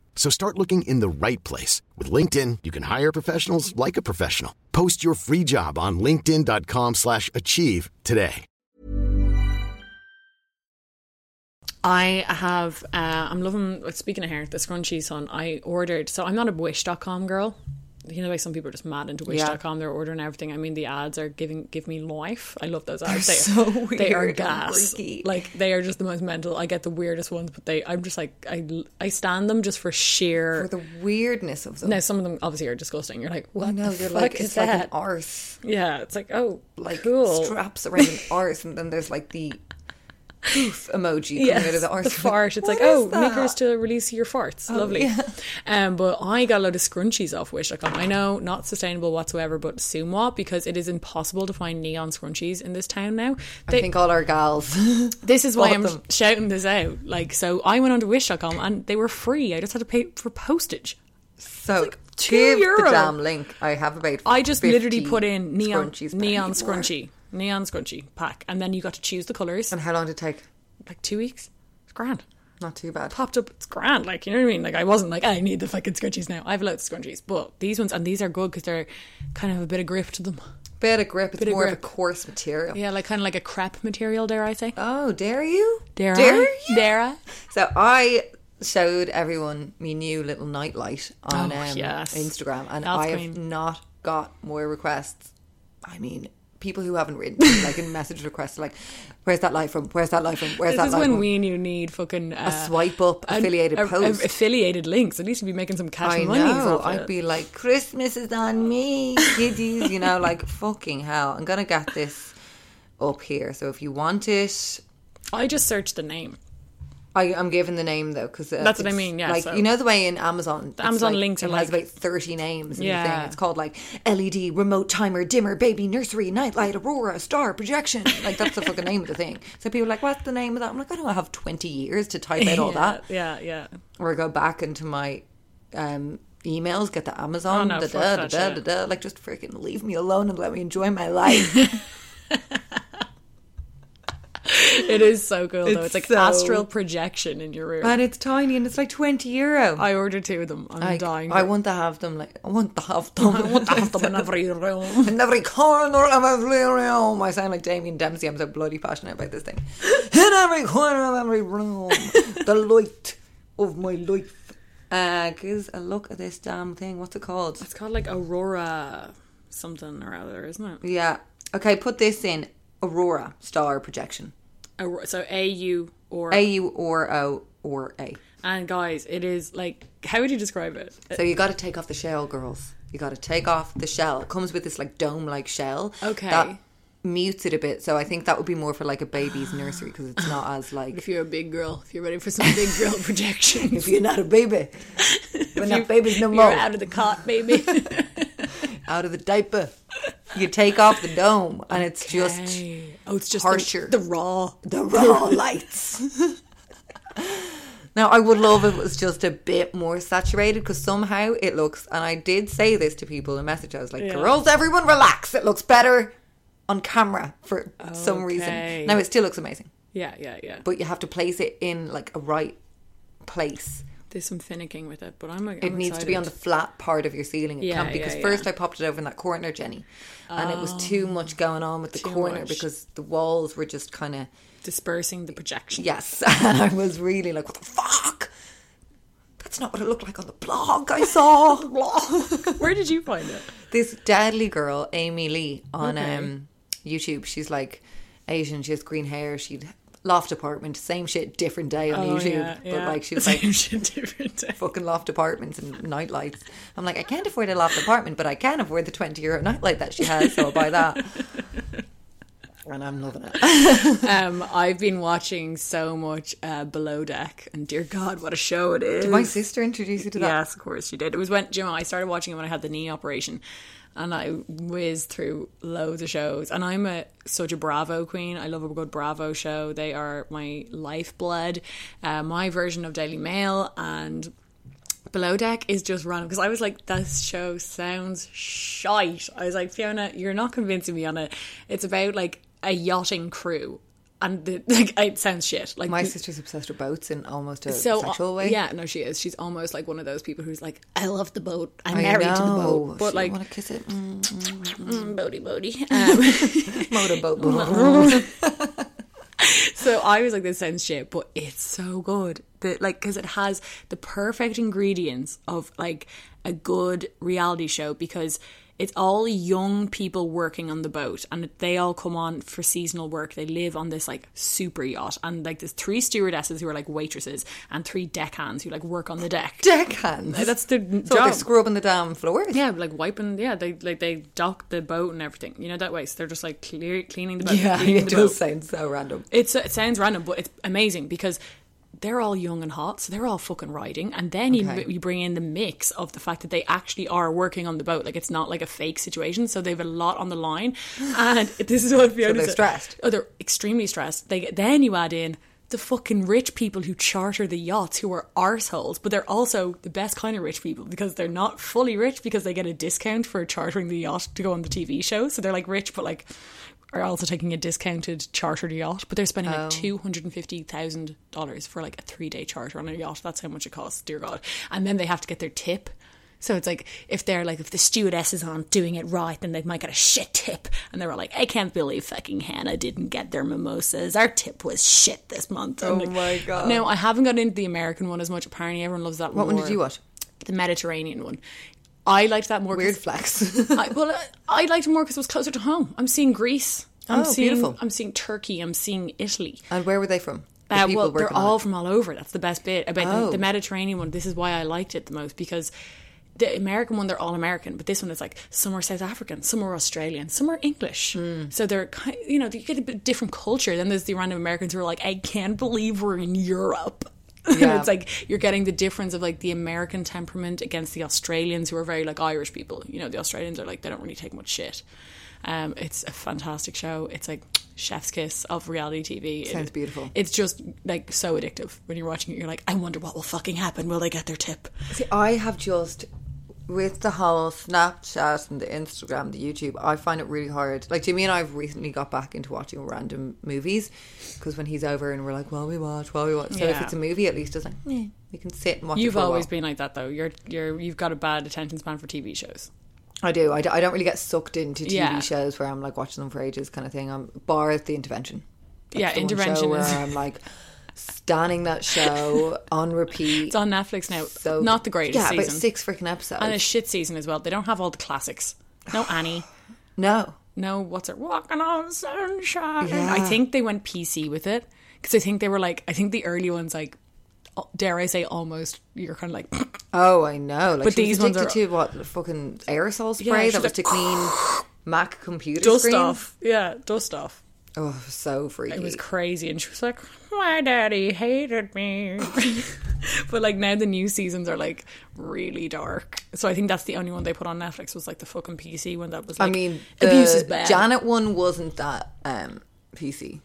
Speaker 5: So start looking in the right place. With LinkedIn, you can hire professionals like a professional. Post your free job on linkedin.com/achieve slash achieve today.
Speaker 3: I have. Uh, I'm loving. Speaking of hair, the scrunchies on. I ordered. So I'm not a Wish.com girl. You know, like some people are just mad into Wish.com. They're ordering everything. I mean, the ads are giving give me life. I love those ads.
Speaker 4: so
Speaker 3: They are
Speaker 4: weird and
Speaker 3: gas.
Speaker 4: freaky.
Speaker 3: Like they are just the most mental. I get the weirdest ones, but they. I'm just like I. I stand them just for sheer.
Speaker 4: For the weirdness of them.
Speaker 3: now some of them obviously are disgusting. You're like,
Speaker 4: I
Speaker 3: what
Speaker 4: know,
Speaker 3: the
Speaker 4: you're
Speaker 3: fuck
Speaker 4: like,
Speaker 3: is
Speaker 4: it's
Speaker 3: that?
Speaker 4: like an arse.
Speaker 3: yeah, it's like oh,
Speaker 4: Like
Speaker 3: cool.
Speaker 4: straps around an arse, and then there's like the poof emoji coming out
Speaker 3: Yes,
Speaker 4: of the arse.
Speaker 3: (laughs) the fart. It's like,
Speaker 4: "What
Speaker 3: oh,
Speaker 4: is that?" Oh,
Speaker 3: knickers to release your farts. Lovely. Um, but I got a load of scrunchies off Wish.com. I know, not sustainable whatsoever, but Sumo, because it is impossible to find neon scrunchies in this town now. They,
Speaker 4: I think all our gals. (laughs)
Speaker 3: this is why
Speaker 4: bought
Speaker 3: I'm
Speaker 4: them.
Speaker 3: shouting this out. Like, so I went onto Wish.com and they were free. I just had to pay for postage.
Speaker 4: So
Speaker 3: two
Speaker 4: give the
Speaker 3: euro.
Speaker 4: damn link. I have about.
Speaker 3: I just
Speaker 4: 50
Speaker 3: literally put in neon
Speaker 4: scrunchies, but I
Speaker 3: neon
Speaker 4: need more.
Speaker 3: scrunchie neon scrunchie pack, and then you got to choose the colors.
Speaker 4: And how long did it take?
Speaker 3: Like two weeks, it's grand.
Speaker 4: Not too bad.
Speaker 3: Popped up, it's grand. Like you know what I mean. Like I wasn't like I need the fucking scrunchies now. I have loads of scrunchies, but these ones and these are good because they're kind of have a bit of grip to them.
Speaker 4: Bit of grip. It's
Speaker 3: Bit of
Speaker 4: more of,
Speaker 3: grip.
Speaker 4: a coarse material.
Speaker 3: Yeah, like kind of like a crepe material, dare I say?
Speaker 4: Oh, dare you?
Speaker 3: Uh, dare,
Speaker 4: Dare
Speaker 3: I?
Speaker 4: you?
Speaker 3: Dare I?
Speaker 4: So I showed everyone my new little nightlight on
Speaker 3: Oh,
Speaker 4: um,
Speaker 3: yes.
Speaker 4: Instagram, and
Speaker 3: Elf
Speaker 4: I have
Speaker 3: queen.
Speaker 4: not got more requests. I mean, people who haven't written me,
Speaker 3: (laughs)
Speaker 4: like in message requests, like, "Where's that light from? Where's that light from? Where's
Speaker 3: This
Speaker 4: that
Speaker 3: is
Speaker 4: light
Speaker 3: when
Speaker 4: from?"
Speaker 3: we knew need fucking uh,
Speaker 4: swipe up
Speaker 3: a-
Speaker 4: affiliated
Speaker 3: a- a-
Speaker 4: post.
Speaker 3: affiliated links. At least you'd be making some cash
Speaker 4: I
Speaker 3: money.
Speaker 4: know.
Speaker 3: off
Speaker 4: I'd
Speaker 3: it.
Speaker 4: be like, Christmas is on me, kiddies. You
Speaker 3: (laughs)
Speaker 4: know, like fucking hell. I'm gonna get this up here. So if you want it,
Speaker 3: I just searched the name.
Speaker 4: I, I'm giving the name though because
Speaker 3: That's what I mean, yeah,
Speaker 4: like
Speaker 3: so-
Speaker 4: you know the way in Amazon, it's
Speaker 3: Amazon
Speaker 4: like-
Speaker 3: links
Speaker 4: it
Speaker 3: are
Speaker 4: has
Speaker 3: like-
Speaker 4: about thirty names. in the
Speaker 3: Yeah.
Speaker 4: thing. it's called like LED remote timer dimmer baby nursery nightlight aurora star projection. Like that's the fucking name of the thing. So people are like, what's the name of that? I'm like, I don't have twenty years to type out all that,
Speaker 3: (laughs) Yeah, yeah.
Speaker 4: or go back into my um, emails, get the
Speaker 3: Oh,
Speaker 4: Amazon,
Speaker 3: no,
Speaker 4: da,
Speaker 3: fuck
Speaker 4: da, da,
Speaker 3: that
Speaker 4: da, da,
Speaker 3: shit.
Speaker 4: da. like just freaking leave me alone and let me enjoy my life.
Speaker 3: (laughs) It is so cool though.
Speaker 4: It's
Speaker 3: It's like
Speaker 4: so-
Speaker 3: astral projection in your room.
Speaker 4: and it's tiny and it's like twenty euro.
Speaker 3: I ordered two of them. I'm
Speaker 4: Like,
Speaker 3: dying. (laughs)
Speaker 4: I
Speaker 3: for it.
Speaker 4: want to have them. Like I want to have
Speaker 3: (laughs)
Speaker 4: them. I want to have
Speaker 3: them
Speaker 4: them.
Speaker 3: in every room.
Speaker 4: in every corner of every room. I sound like Damien Dempsey. I'm so bloody passionate about this thing. In every corner of every room, the light of my life. Uh, gives a look at this damn thing. What's it called?
Speaker 3: It's called like Aurora something or other, isn't it?
Speaker 4: Yeah. Okay, put this in Aurora star projection.
Speaker 3: Aurora, so A U or
Speaker 4: A U or O or A.
Speaker 3: and guys, it is like how would you describe it?
Speaker 4: So you got to take off the shell, girls. You got to take off the shell. It comes with this like dome like shell.
Speaker 3: Okay.
Speaker 4: That mutes it a bit. So I think that would be more for like a baby's nursery because it's not as like
Speaker 3: If you're a big girl, if you're ready for some big (laughs) girl projection,
Speaker 4: if you're not a baby, we're not babies no more.
Speaker 3: You're out of the cot,
Speaker 4: (laughs)
Speaker 3: baby.
Speaker 4: Out of the diaper. You take off the dome, and it's just
Speaker 3: (laughs) Hey. oh, it's just
Speaker 4: Harsher.
Speaker 3: the, the raw.
Speaker 4: the raw lights. now, I would love if it was just a bit more saturated because somehow it looks, and I did say this to people in message, I was like, girls, everyone relax. It looks better on camera for some
Speaker 3: Okay.
Speaker 4: reason. Now, it still looks amazing,
Speaker 3: Yeah, yeah, yeah.
Speaker 4: but you have to place it in like a right place.
Speaker 3: There's some finicking with it, but I'm like,
Speaker 4: It needs to be on the flat part of your ceiling. It
Speaker 3: Yeah,
Speaker 4: can't because
Speaker 3: yeah,
Speaker 4: first
Speaker 3: yeah.
Speaker 4: I popped it over in that corner, Jenny, and it was too much going on with the corner
Speaker 3: much.
Speaker 4: because the walls were just kind of
Speaker 3: dispersing the projection.
Speaker 4: yes. (laughs) And I was really like, what the fuck? That's not what it looked like on the blog I
Speaker 3: (laughs)
Speaker 4: saw.
Speaker 3: Where did you find it?
Speaker 4: (laughs) this deadly girl, Amy Lee, on
Speaker 3: Okay.
Speaker 4: um, YouTube. She's like Asian. She has green hair. She loft apartment. Same shit, different day on YouTube. But
Speaker 3: (laughs)
Speaker 4: like she was like
Speaker 3: Oh, Same shit, different (laughs) day.
Speaker 4: fucking loft apartments and night lights. I'm like, I can't afford a loft apartment, but I can afford the 20 euro nightlight that she has, so I'll buy that. (laughs) And I'm loving it.
Speaker 3: Um, I've been watching so much uh, Below Deck, and dear God, what a show it is!
Speaker 4: (laughs) My sister introduced you to that.
Speaker 3: Yes, of course she did. It was when Jim, I started watching it when I had the knee operation, and I whizzed through loads of shows. And I'm a such a Bravo queen. I love a good Bravo show. They are my lifeblood. Uh, my version of Daily Mail and Below Deck is just random because I was like, this show sounds shite. I was like, Fiona, you're not convincing me on it. It's about like a yachting crew. And the, (laughs) like, it sounds shit. Like
Speaker 4: My
Speaker 3: the-
Speaker 4: sister's obsessed with boats in almost a
Speaker 3: so uh,
Speaker 4: sexual way.
Speaker 3: yeah, no, she is. She's almost like one of those people who's like, I love the boat, I'm
Speaker 4: I
Speaker 3: married to the
Speaker 4: know.
Speaker 3: boat, but
Speaker 4: She Uh,
Speaker 3: like,
Speaker 4: want to kiss (laughs) it? Mm,
Speaker 3: mm, boaty boaty.
Speaker 4: (laughs)
Speaker 3: Um,
Speaker 4: motorboat. Mm,
Speaker 3: so I was like, this sounds shit, but it's so good. The, like, because it has the perfect ingredients of like a good reality show because it's all young people working on the boat and they all come on for seasonal work. They live on this like super yacht and like there's three stewardesses who are like waitresses and three deckhands who like work on the deck.
Speaker 4: Deckhands.
Speaker 3: That's their
Speaker 4: so
Speaker 3: job.
Speaker 4: they're scrubbing the damn floor.
Speaker 3: Yeah, like wiping. Yeah, they like they dock the boat and everything. You know that way. So they're just like clear, cleaning the boat.
Speaker 4: (laughs) yeah (laughs)
Speaker 3: cleaning
Speaker 4: it
Speaker 3: the
Speaker 4: does
Speaker 3: boat.
Speaker 4: sound so random.
Speaker 3: It's it sounds random, but it's amazing because they're all young and hot, so they're all fucking riding. And then you you bring in the mix of the fact that they actually are working on the boat. Like it's not like a fake situation. So they have a lot on the
Speaker 4: (laughs)
Speaker 3: line, and this is what Fiona
Speaker 4: they're
Speaker 3: said.
Speaker 4: stressed.
Speaker 3: Oh, they're extremely stressed. They then you add in the fucking rich people who charter the yachts who are arseholes, but they're also the best kind of rich people because they're not fully rich because they get a discount for chartering the yacht to go on the TV show. So they're like rich, but like are also taking a discounted chartered yacht, but they're spending like two hundred and fifty thousand dollars for like a three day charter on a yacht. That's how much it costs, dear God. And then they have to get their tip. So it's like if they're like if the stewardesses aren't doing it right, then they might get a shit tip. And they're all like, I can't believe fucking Hannah didn't get their mimosas. Our tip was shit this month. oh
Speaker 4: my God.
Speaker 3: No, I haven't got into the American one as much. Apparently, everyone loves that.
Speaker 4: What one did you watch?
Speaker 3: The Mediterranean one. I liked that more. 'cause-
Speaker 4: Weird flex.
Speaker 3: I, well, uh, I liked it more because it was closer to home. I'm seeing Greece. I'm
Speaker 4: Oh,
Speaker 3: seeing,
Speaker 4: beautiful.
Speaker 3: I'm seeing Turkey. I'm seeing Italy.
Speaker 4: and where were they from? The
Speaker 3: Uh,
Speaker 4: people
Speaker 3: well, they're
Speaker 4: working on
Speaker 3: all
Speaker 4: it.
Speaker 3: from all over. That's the best bit about the-
Speaker 4: Oh.
Speaker 3: the, Mediterranean one. This is why I liked it the most because the American one, they're all American, but this one is like some are South African, some are Australian, some are English.
Speaker 4: Hmm.
Speaker 3: So they're kind, you know, you get a bit different culture. Then there's the random Americans who are like, I can't believe we're in Europe. (laughs)
Speaker 4: Yeah.
Speaker 3: it's like you're getting the difference of like the American temperament against the Australians who are very like Irish people. You know, the Australians are like they don't really take much shit. Um, it's a fantastic show. It's like chef's kiss of reality TV. It-
Speaker 4: Sounds beautiful.
Speaker 3: It's just like so addictive. When you're watching it, you're like, I wonder what will fucking happen. Will they get their tip?
Speaker 4: See, I have just with the whole Snapchat and the Instagram, the YouTube, I find it really hard. Like Jimmy and I have recently got back into watching random movies because when he's over and we're like, "Well, we watch, well, we watch." So if
Speaker 3: Yeah.
Speaker 4: it's a movie, at least it's like eh, we can sit and watch. it
Speaker 3: You've
Speaker 4: for a
Speaker 3: always
Speaker 4: while.
Speaker 3: been like that though. You're you're you've got a bad attention span for TV shows.
Speaker 4: I do. I, do, I don't really get sucked into TV
Speaker 3: Yeah.
Speaker 4: shows where I'm like watching them for ages, kind of thing. I'm bar at the intervention. That's
Speaker 3: yeah,
Speaker 4: the one show
Speaker 3: intervention
Speaker 4: where um,
Speaker 3: is
Speaker 4: I'm like standing that show on
Speaker 3: (laughs)
Speaker 4: repeat.
Speaker 3: it's on Netflix now.
Speaker 4: So
Speaker 3: Not the greatest
Speaker 4: Yeah,
Speaker 3: season.
Speaker 4: but six freaking episodes.
Speaker 3: and a shit season as well. They don't have all the classics.
Speaker 4: (sighs)
Speaker 3: No Annie.
Speaker 4: no,
Speaker 3: No, what's it? Walking on sunshine.
Speaker 4: Yeah.
Speaker 3: I think they went PC with it because I think they were like, I think the early ones like, al- dare I say, almost you're kind of like, (clears throat)
Speaker 4: Oh, I know. Like,
Speaker 3: But
Speaker 4: she was
Speaker 3: these ones
Speaker 4: addicted
Speaker 3: are-
Speaker 4: to what fucking aerosol
Speaker 3: Yeah,
Speaker 4: spray
Speaker 3: she's
Speaker 4: that was
Speaker 3: like,
Speaker 4: to clean Mac computer
Speaker 3: dust
Speaker 4: screens.
Speaker 3: off. Yeah, dust off.
Speaker 4: Oh, it was so freaky.
Speaker 3: It was crazy, and she was like, "My daddy hated
Speaker 4: (laughs)
Speaker 3: me." (laughs) but like now, the new seasons are like really dark. So I think that's the only one they put on Netflix was like the fucking PC one that was.
Speaker 4: I
Speaker 3: Like,
Speaker 4: mean, the
Speaker 3: abuse is bad.
Speaker 4: Janet one wasn't that um, PC.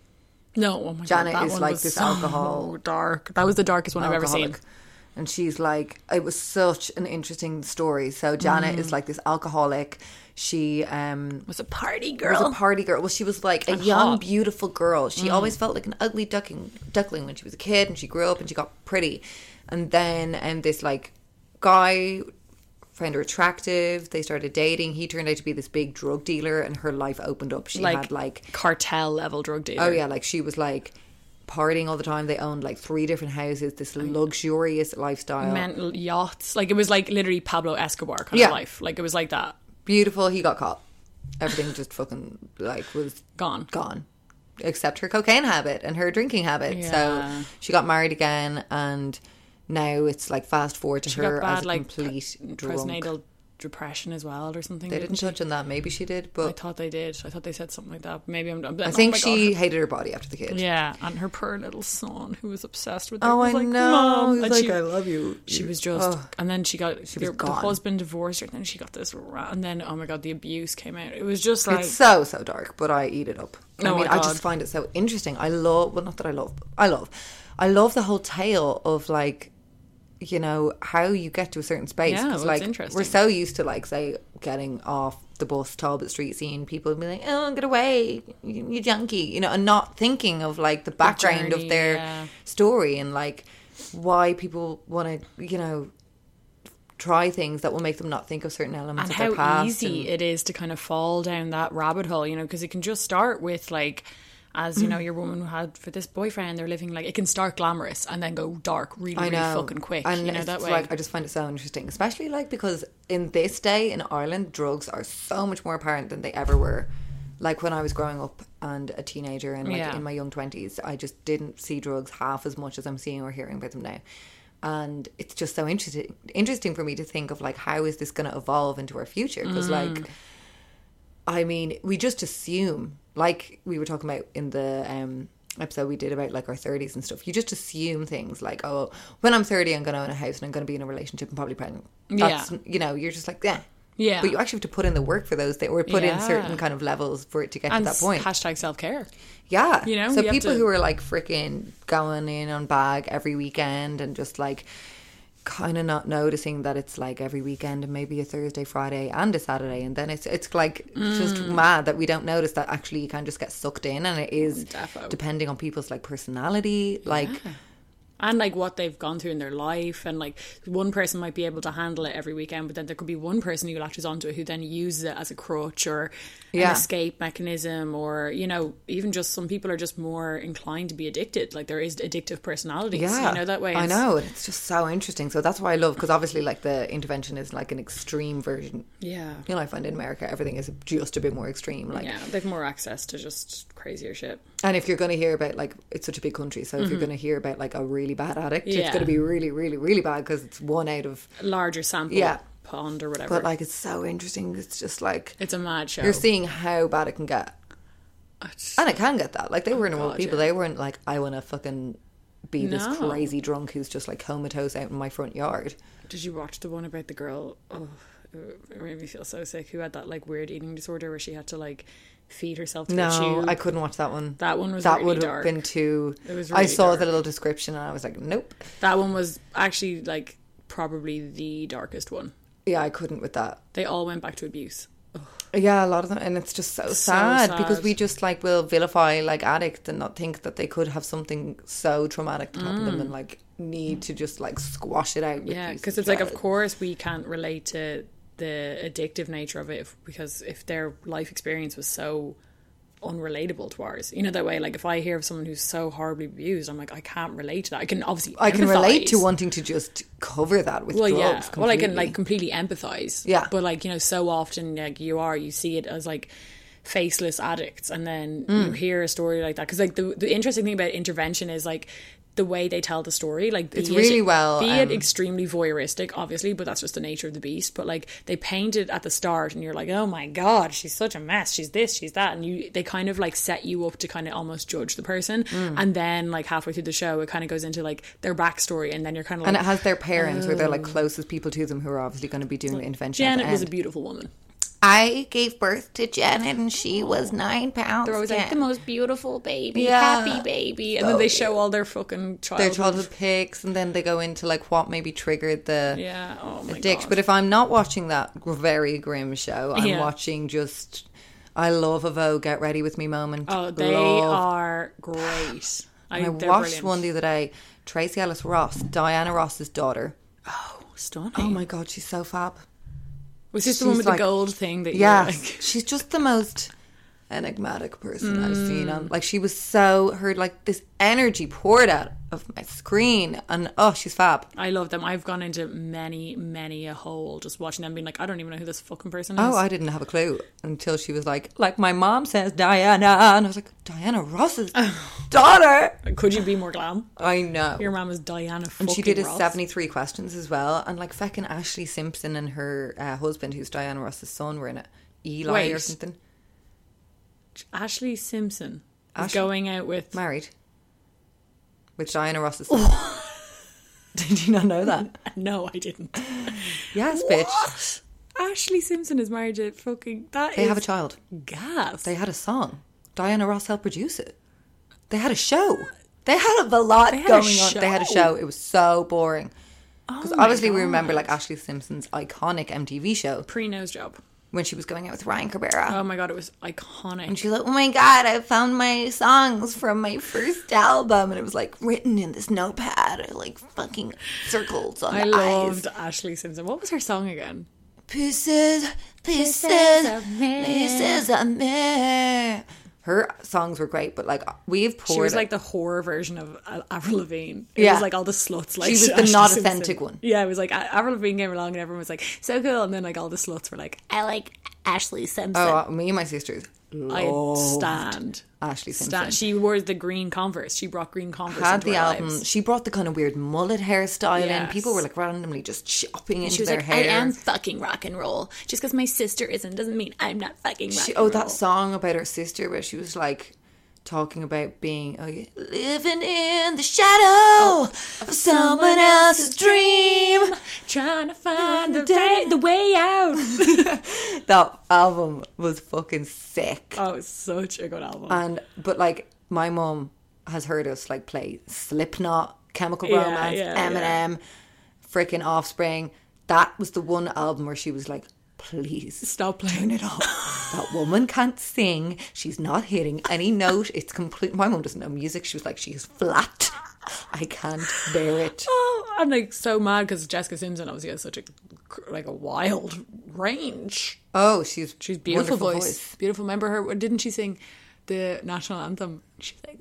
Speaker 3: no, oh my
Speaker 4: Janet
Speaker 3: God, that
Speaker 4: is
Speaker 3: one
Speaker 4: like
Speaker 3: was
Speaker 4: this
Speaker 3: so
Speaker 4: alcohol-
Speaker 3: dark. That was the darkest one I've ever
Speaker 4: alcoholic.
Speaker 3: seen.
Speaker 4: And she's like, it was such an interesting story. So Janet
Speaker 3: Mm.
Speaker 4: is like this alcoholic. She um,
Speaker 3: Was a party
Speaker 4: was
Speaker 3: girl.
Speaker 4: a party girl. Well, she was like Mm-hmm. a young,
Speaker 3: hot.
Speaker 4: beautiful girl. She always felt like an ugly ducking, duckling when she was a kid, and she grew up and she got pretty. And then, and this like guy found her attractive. They started dating. He turned out to be this big drug dealer, and her life opened up. She
Speaker 3: like,
Speaker 4: had like,
Speaker 3: cartel level drug dealer.
Speaker 4: oh yeah, like she was like partying all the time. They owned like three different houses. This luxurious lifestyle.
Speaker 3: mental yachts. Like it was like literally Pablo Escobar kind
Speaker 4: Yeah.
Speaker 3: of life. Like it was like that.
Speaker 4: Beautiful. He got caught. Everything just fucking like was
Speaker 3: Gone.
Speaker 4: gone except her cocaine habit and her drinking habit
Speaker 3: Yeah.
Speaker 4: so she got married again and now it's like fast forward to
Speaker 3: She
Speaker 4: her
Speaker 3: got bad
Speaker 4: as a
Speaker 3: like
Speaker 4: complete
Speaker 3: pre-
Speaker 4: drunk
Speaker 3: postnatal depression as well or something.
Speaker 4: they didn't
Speaker 3: she?
Speaker 4: touch on that maybe she did
Speaker 3: I
Speaker 4: but
Speaker 3: thought they did. I thought they said something like that. Maybe I'm. I'm
Speaker 4: i think she hated her body after the kid
Speaker 3: oh Yeah, and her poor little son who was obsessed with her.
Speaker 4: oh
Speaker 3: was
Speaker 4: i
Speaker 3: like,
Speaker 4: know
Speaker 3: Mom.
Speaker 4: He's
Speaker 3: and
Speaker 4: like
Speaker 3: she,
Speaker 4: i love you
Speaker 3: she was just,
Speaker 4: Ugh.
Speaker 3: and then she got
Speaker 4: was
Speaker 3: the, the
Speaker 4: gone.
Speaker 3: husband divorced her, and then she got this, ra- and then oh my god, the abuse came out. It was just like
Speaker 4: it's so so dark but i eat it up i
Speaker 3: Oh my
Speaker 4: mean i
Speaker 3: God.
Speaker 4: just find it so interesting i love well not that i love i love i love the whole tale of like you know how you get to a certain space
Speaker 3: Yeah,
Speaker 4: 'Cause,
Speaker 3: well, it's
Speaker 4: like
Speaker 3: interesting.
Speaker 4: we're so used to like say getting off the bus talbot street scene people be like oh get away you, you junkie you know and not thinking of like the background
Speaker 3: journey,
Speaker 4: of their
Speaker 3: yeah.
Speaker 4: story and like why people want to you know try things that will make them not think of certain elements
Speaker 3: and
Speaker 4: of their
Speaker 3: how
Speaker 4: past
Speaker 3: easy
Speaker 4: and-
Speaker 3: it is to kind of fall down that rabbit hole, you know, because it can just start with like, as
Speaker 4: Mm-hmm.
Speaker 3: you know, your woman had for this boyfriend, they're living like it can start glamorous and then go dark really, really fucking quick, you know,
Speaker 4: it's
Speaker 3: that way.
Speaker 4: Like, I just find it so interesting, especially like because in this day in Ireland, drugs are so much more apparent than they ever were. Like when I was growing up and a teenager and like
Speaker 3: Yeah.
Speaker 4: in my young twenties, I just didn't see drugs half as much as I'm seeing or hearing about them now. And it's just so interesting, interesting for me to think of like how is this going to evolve into our future? Because
Speaker 3: Mm.
Speaker 4: like I mean, we just assume, like we were talking about in the um, episode we did about like our 30s and stuff, you just assume things like, oh, when I'm 30, I'm going to own a house and I'm going to be in a relationship and probably pregnant. That's,
Speaker 3: Yeah.
Speaker 4: you know, you're just like, yeah,
Speaker 3: Yeah.
Speaker 4: But you actually have to put in the work for those, thi- or put in
Speaker 3: Yeah.
Speaker 4: certain kind of levels for it to get
Speaker 3: and
Speaker 4: to that point.
Speaker 3: hashtag self care.
Speaker 4: Yeah.
Speaker 3: You know,
Speaker 4: so
Speaker 3: you have
Speaker 4: people
Speaker 3: to-
Speaker 4: who are like freaking going in on bag every weekend and just like kind of not noticing that it's like every weekend and maybe a Thursday, Friday, and a Saturday, and then it's it's like just
Speaker 3: Mm.
Speaker 4: mad that we don't notice that actually you can just get sucked in, and it is
Speaker 3: Defo.
Speaker 4: depending on people's like personality, like
Speaker 3: and like what they've gone through in their life and like one person might be able to handle it every weekend but then there could be one person who latches onto it who then uses it as a crutch or
Speaker 4: Yeah.
Speaker 3: an escape mechanism or you know even just some people are just more inclined to be addicted like there is addictive personalities
Speaker 4: yeah,
Speaker 3: you know that way
Speaker 4: I
Speaker 3: It's-
Speaker 4: know and it's just so interesting. So that's why I love because obviously like the intervention is like an extreme version.
Speaker 3: yeah
Speaker 4: You know, I find in America everything is just a bit more extreme. Like
Speaker 3: yeah they've more access to just crazier shit
Speaker 4: And if you're going to hear about like it's such a big country, so if you're going to hear about like a really bad addict, it's
Speaker 3: Mm-hmm. Yeah.
Speaker 4: going to be really, really, really bad because it's one out of.
Speaker 3: larger sample
Speaker 4: Yeah.
Speaker 3: pond or whatever
Speaker 4: But like, it's so interesting. It's just like
Speaker 3: it's a mad show
Speaker 4: you're seeing how bad it can get,
Speaker 3: It's-
Speaker 4: and it can get that. Like they were normal
Speaker 3: Oh God,
Speaker 4: people.
Speaker 3: yeah.
Speaker 4: They weren't like I want to fucking be this
Speaker 3: No.
Speaker 4: crazy drunk who's just like comatose out in my front yard.
Speaker 3: Did you watch the one about the girl? Oh, it made me feel so sick. Who had that like weird eating disorder where she had to like feed herself to a
Speaker 4: No,
Speaker 3: tube?
Speaker 4: I couldn't watch that one.
Speaker 3: That one was
Speaker 4: that
Speaker 3: really
Speaker 4: would have
Speaker 3: dark.
Speaker 4: been too.
Speaker 3: It was
Speaker 4: I
Speaker 3: really
Speaker 4: saw
Speaker 3: dark.
Speaker 4: the little description and I was like, nope.
Speaker 3: That one was actually like probably the darkest one.
Speaker 4: Yeah, I couldn't with that.
Speaker 3: They all went back to abuse.
Speaker 4: Yeah, a lot of them, and it's just so, sad, because
Speaker 3: sad.
Speaker 4: we just like will vilify like addicts and not think that they could have something so traumatic that happened to them and like need to just like squash it out. with
Speaker 3: Mm. Yeah,
Speaker 4: these
Speaker 3: because it's like, of
Speaker 4: drugs.
Speaker 3: course, we can't relate to the addictive nature of it if, because if their life experience was so unrelatable to ours, you know that way. Like if I hear of someone who's so horribly abused, I'm like, I can't relate to that. I can obviously,
Speaker 4: I can relate to
Speaker 3: empathize.
Speaker 4: wanting to just cover that with
Speaker 3: well,
Speaker 4: drugs.
Speaker 3: yeah. Well, I can
Speaker 4: completely.
Speaker 3: like completely empathize.
Speaker 4: Yeah.
Speaker 3: But like you know, so often like you are, you see it as like faceless addicts, and then you
Speaker 4: Mm.
Speaker 3: hear a story like that because like the the interesting thing about intervention is like the way they tell the story like be
Speaker 4: It's
Speaker 3: it-
Speaker 4: really well,
Speaker 3: be it
Speaker 4: um,
Speaker 3: extremely voyeuristic obviously but that's just the nature of the beast but like they paint it at the start and you're like oh my god she's such a mess she's this she's that and you they kind of like set you up to kind of almost judge the person
Speaker 4: Mm.
Speaker 3: and then like halfway through the show it kind of goes into like their backstory and then you're kind of like
Speaker 4: and it has their parents or their
Speaker 3: Oh.
Speaker 4: like closest people to them who are obviously going to be doing the intervention. at the
Speaker 3: Janet was a
Speaker 4: end.
Speaker 3: beautiful woman.
Speaker 4: I gave birth to Janet, and she was nine pounds.
Speaker 3: They're always like the most beautiful baby,
Speaker 4: Yeah.
Speaker 3: happy baby, and then they show all their fucking childhood.
Speaker 4: their childhood pics, and then they go into like what maybe triggered the
Speaker 3: yeah, oh my
Speaker 4: addiction.
Speaker 3: god.
Speaker 4: But if I'm not watching that gr- very grim show, I'm
Speaker 3: Yeah.
Speaker 4: watching just. I love a Vogue Get Ready With Me moment.
Speaker 3: oh, they
Speaker 4: Love.
Speaker 3: are
Speaker 4: (sighs)
Speaker 3: great. I,
Speaker 4: I
Speaker 3: they're
Speaker 4: watched
Speaker 3: brilliant.
Speaker 4: one the other day. Tracy Ellis Ross, Diana Ross's daughter.
Speaker 3: Stunning.
Speaker 4: Oh my god, she's so fab.
Speaker 3: was this the one
Speaker 4: she's
Speaker 3: with
Speaker 4: like-
Speaker 3: the gold thing that?
Speaker 4: Yeah,
Speaker 3: you were like, (laughs)
Speaker 4: (laughs) she's just the most enigmatic person I've seen.
Speaker 3: Mm.
Speaker 4: On like she was so her like this energy poured out of my screen, and oh, she's fab.
Speaker 3: I love them. I've gone into many, many a hole just watching them, being like, I don't even know who this fucking person is.
Speaker 4: Oh, I didn't have a clue until she was like, like my mom says, Diana, and I was like, Diana Ross's
Speaker 3: Oh.
Speaker 4: daughter.
Speaker 3: Could you be more glam?
Speaker 4: I know.
Speaker 3: Your mom is Diana.
Speaker 4: and she did a
Speaker 3: Ross.
Speaker 4: 73 questions as well. And like fucking Ashley Simpson and her uh, husband, who's Diana Ross's son, were in it. Eli or
Speaker 3: Wait.
Speaker 4: something.
Speaker 3: Ashley Simpson is
Speaker 4: Ashley-
Speaker 3: going out with.
Speaker 4: Married. With Diana Ross's son. (laughs) did you not
Speaker 3: (laughs)
Speaker 4: know that?
Speaker 3: (laughs) no, I didn't.
Speaker 4: Yes, bitch.
Speaker 3: What? Ashley Simpson is married to fucking. That
Speaker 4: They have a
Speaker 3: is
Speaker 4: child.
Speaker 3: gas.
Speaker 4: They had a song. Diana Ross helped produce it. They had a show. They had a lot
Speaker 3: They had a
Speaker 4: going on. They had a
Speaker 3: show. Oh
Speaker 4: show. It was so boring. Because
Speaker 3: my
Speaker 4: obviously we remember like Ashley Simpson's iconic MTV show
Speaker 3: pre nose job.
Speaker 4: when she was going out with Ryan Cabrera.
Speaker 3: Oh my god, it was iconic.
Speaker 4: And she's like, oh my God, I found my songs from my first album. And it was like written in this notepad or like fucking circles on
Speaker 3: I
Speaker 4: the
Speaker 3: loved
Speaker 4: eyes.
Speaker 3: Ashley Simpson. What was her song again?
Speaker 4: Pieces, pieces, pieces of me. Her songs were great, but like we've poured.
Speaker 3: She was like the horror version of A- Avril Lavigne. It
Speaker 4: Yeah.
Speaker 3: was like all the sluts. Like (laughs)
Speaker 4: She was the
Speaker 3: Ashley
Speaker 4: not
Speaker 3: Simpson.
Speaker 4: authentic one.
Speaker 3: Yeah, it was like A- Avril Lavigne came along and everyone was like so cool, and then like all the sluts were like
Speaker 6: I like Ashley Simpson.
Speaker 4: Oh, me and my sisters.
Speaker 6: Mm.
Speaker 3: I stand.
Speaker 4: Ashley Simpson.
Speaker 3: Stand. She wore the green Converse. She brought green Converse.
Speaker 4: had
Speaker 3: into
Speaker 4: the
Speaker 3: our
Speaker 4: album.
Speaker 3: lives.
Speaker 4: She brought the kind of weird mullet hairstyle in.
Speaker 3: Yes.
Speaker 4: People were like randomly just chopping into
Speaker 6: she was
Speaker 4: their
Speaker 6: like,
Speaker 4: hair.
Speaker 6: I am fucking rock and roll. Just because my sister isn't doesn't mean I'm not fucking rock
Speaker 4: She-
Speaker 6: and
Speaker 4: oh,
Speaker 6: roll.
Speaker 4: that song about her sister where she was like talking about being oh, yeah,
Speaker 6: Oh,
Speaker 4: living in the shadow of someone else's dream,
Speaker 3: trying to find the, day, the way out. (laughs)
Speaker 4: That album was fucking sick.
Speaker 3: Oh, it's such a good album.
Speaker 4: And but like my mum has heard us like play Slipknot, Chemical
Speaker 3: Yeah,
Speaker 4: Romance,
Speaker 3: yeah,
Speaker 4: Eminem, freaking Offspring. That was the one album where she was like, "Please
Speaker 3: Stop playing
Speaker 4: turn it off. that woman can't sing. She's not hitting any note. It's complete." My mum doesn't know music. She was like, "She's flat. I can't bear it."
Speaker 3: Oh, I'm like so mad because Jessica Simpson obviously has such a like a wild range.
Speaker 4: Oh, she's
Speaker 3: She's beautiful
Speaker 4: wonderful
Speaker 3: voice. Beautiful. Remember her? Didn't she sing the national anthem? She's like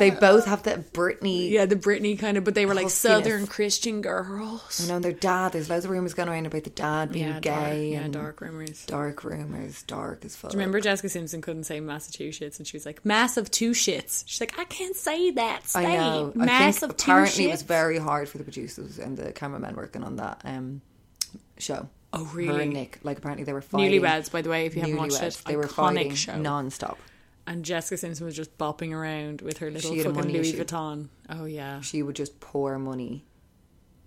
Speaker 4: They both have that Britney
Speaker 3: yeah, the Britney kind of, but they were like
Speaker 4: Huskiness.
Speaker 3: Southern Christian girls.
Speaker 4: You know, and their dad. There's loads of rumors going around about the dad being
Speaker 3: Mm, Yeah,
Speaker 4: gay.
Speaker 3: dark, yeah,
Speaker 4: and
Speaker 3: dark rumors.
Speaker 4: Dark rumors, dark as fuck.
Speaker 3: Remember Jessica Simpson couldn't say Massachusetts, and she was like mass of two shits. She's like, I can't say that. State.
Speaker 4: I know.
Speaker 3: Mass
Speaker 4: I think
Speaker 3: of two
Speaker 4: apparently
Speaker 3: shits.
Speaker 4: it was very hard for the producers and the cameramen working on that um, show.
Speaker 3: Oh,
Speaker 4: Her
Speaker 3: really?
Speaker 4: and Nick, like apparently they were fighting.
Speaker 3: Newlyweds, by the way, if you haven't watched it,
Speaker 4: Newlyweds, They were
Speaker 3: iconic
Speaker 4: fighting
Speaker 3: show.
Speaker 4: non-stop.
Speaker 3: and Jessica Simpson was just bopping around with her little
Speaker 4: She had a
Speaker 3: fucking
Speaker 4: money
Speaker 3: Louis
Speaker 4: issue.
Speaker 3: Vuitton. Oh yeah,
Speaker 4: She would just pour money.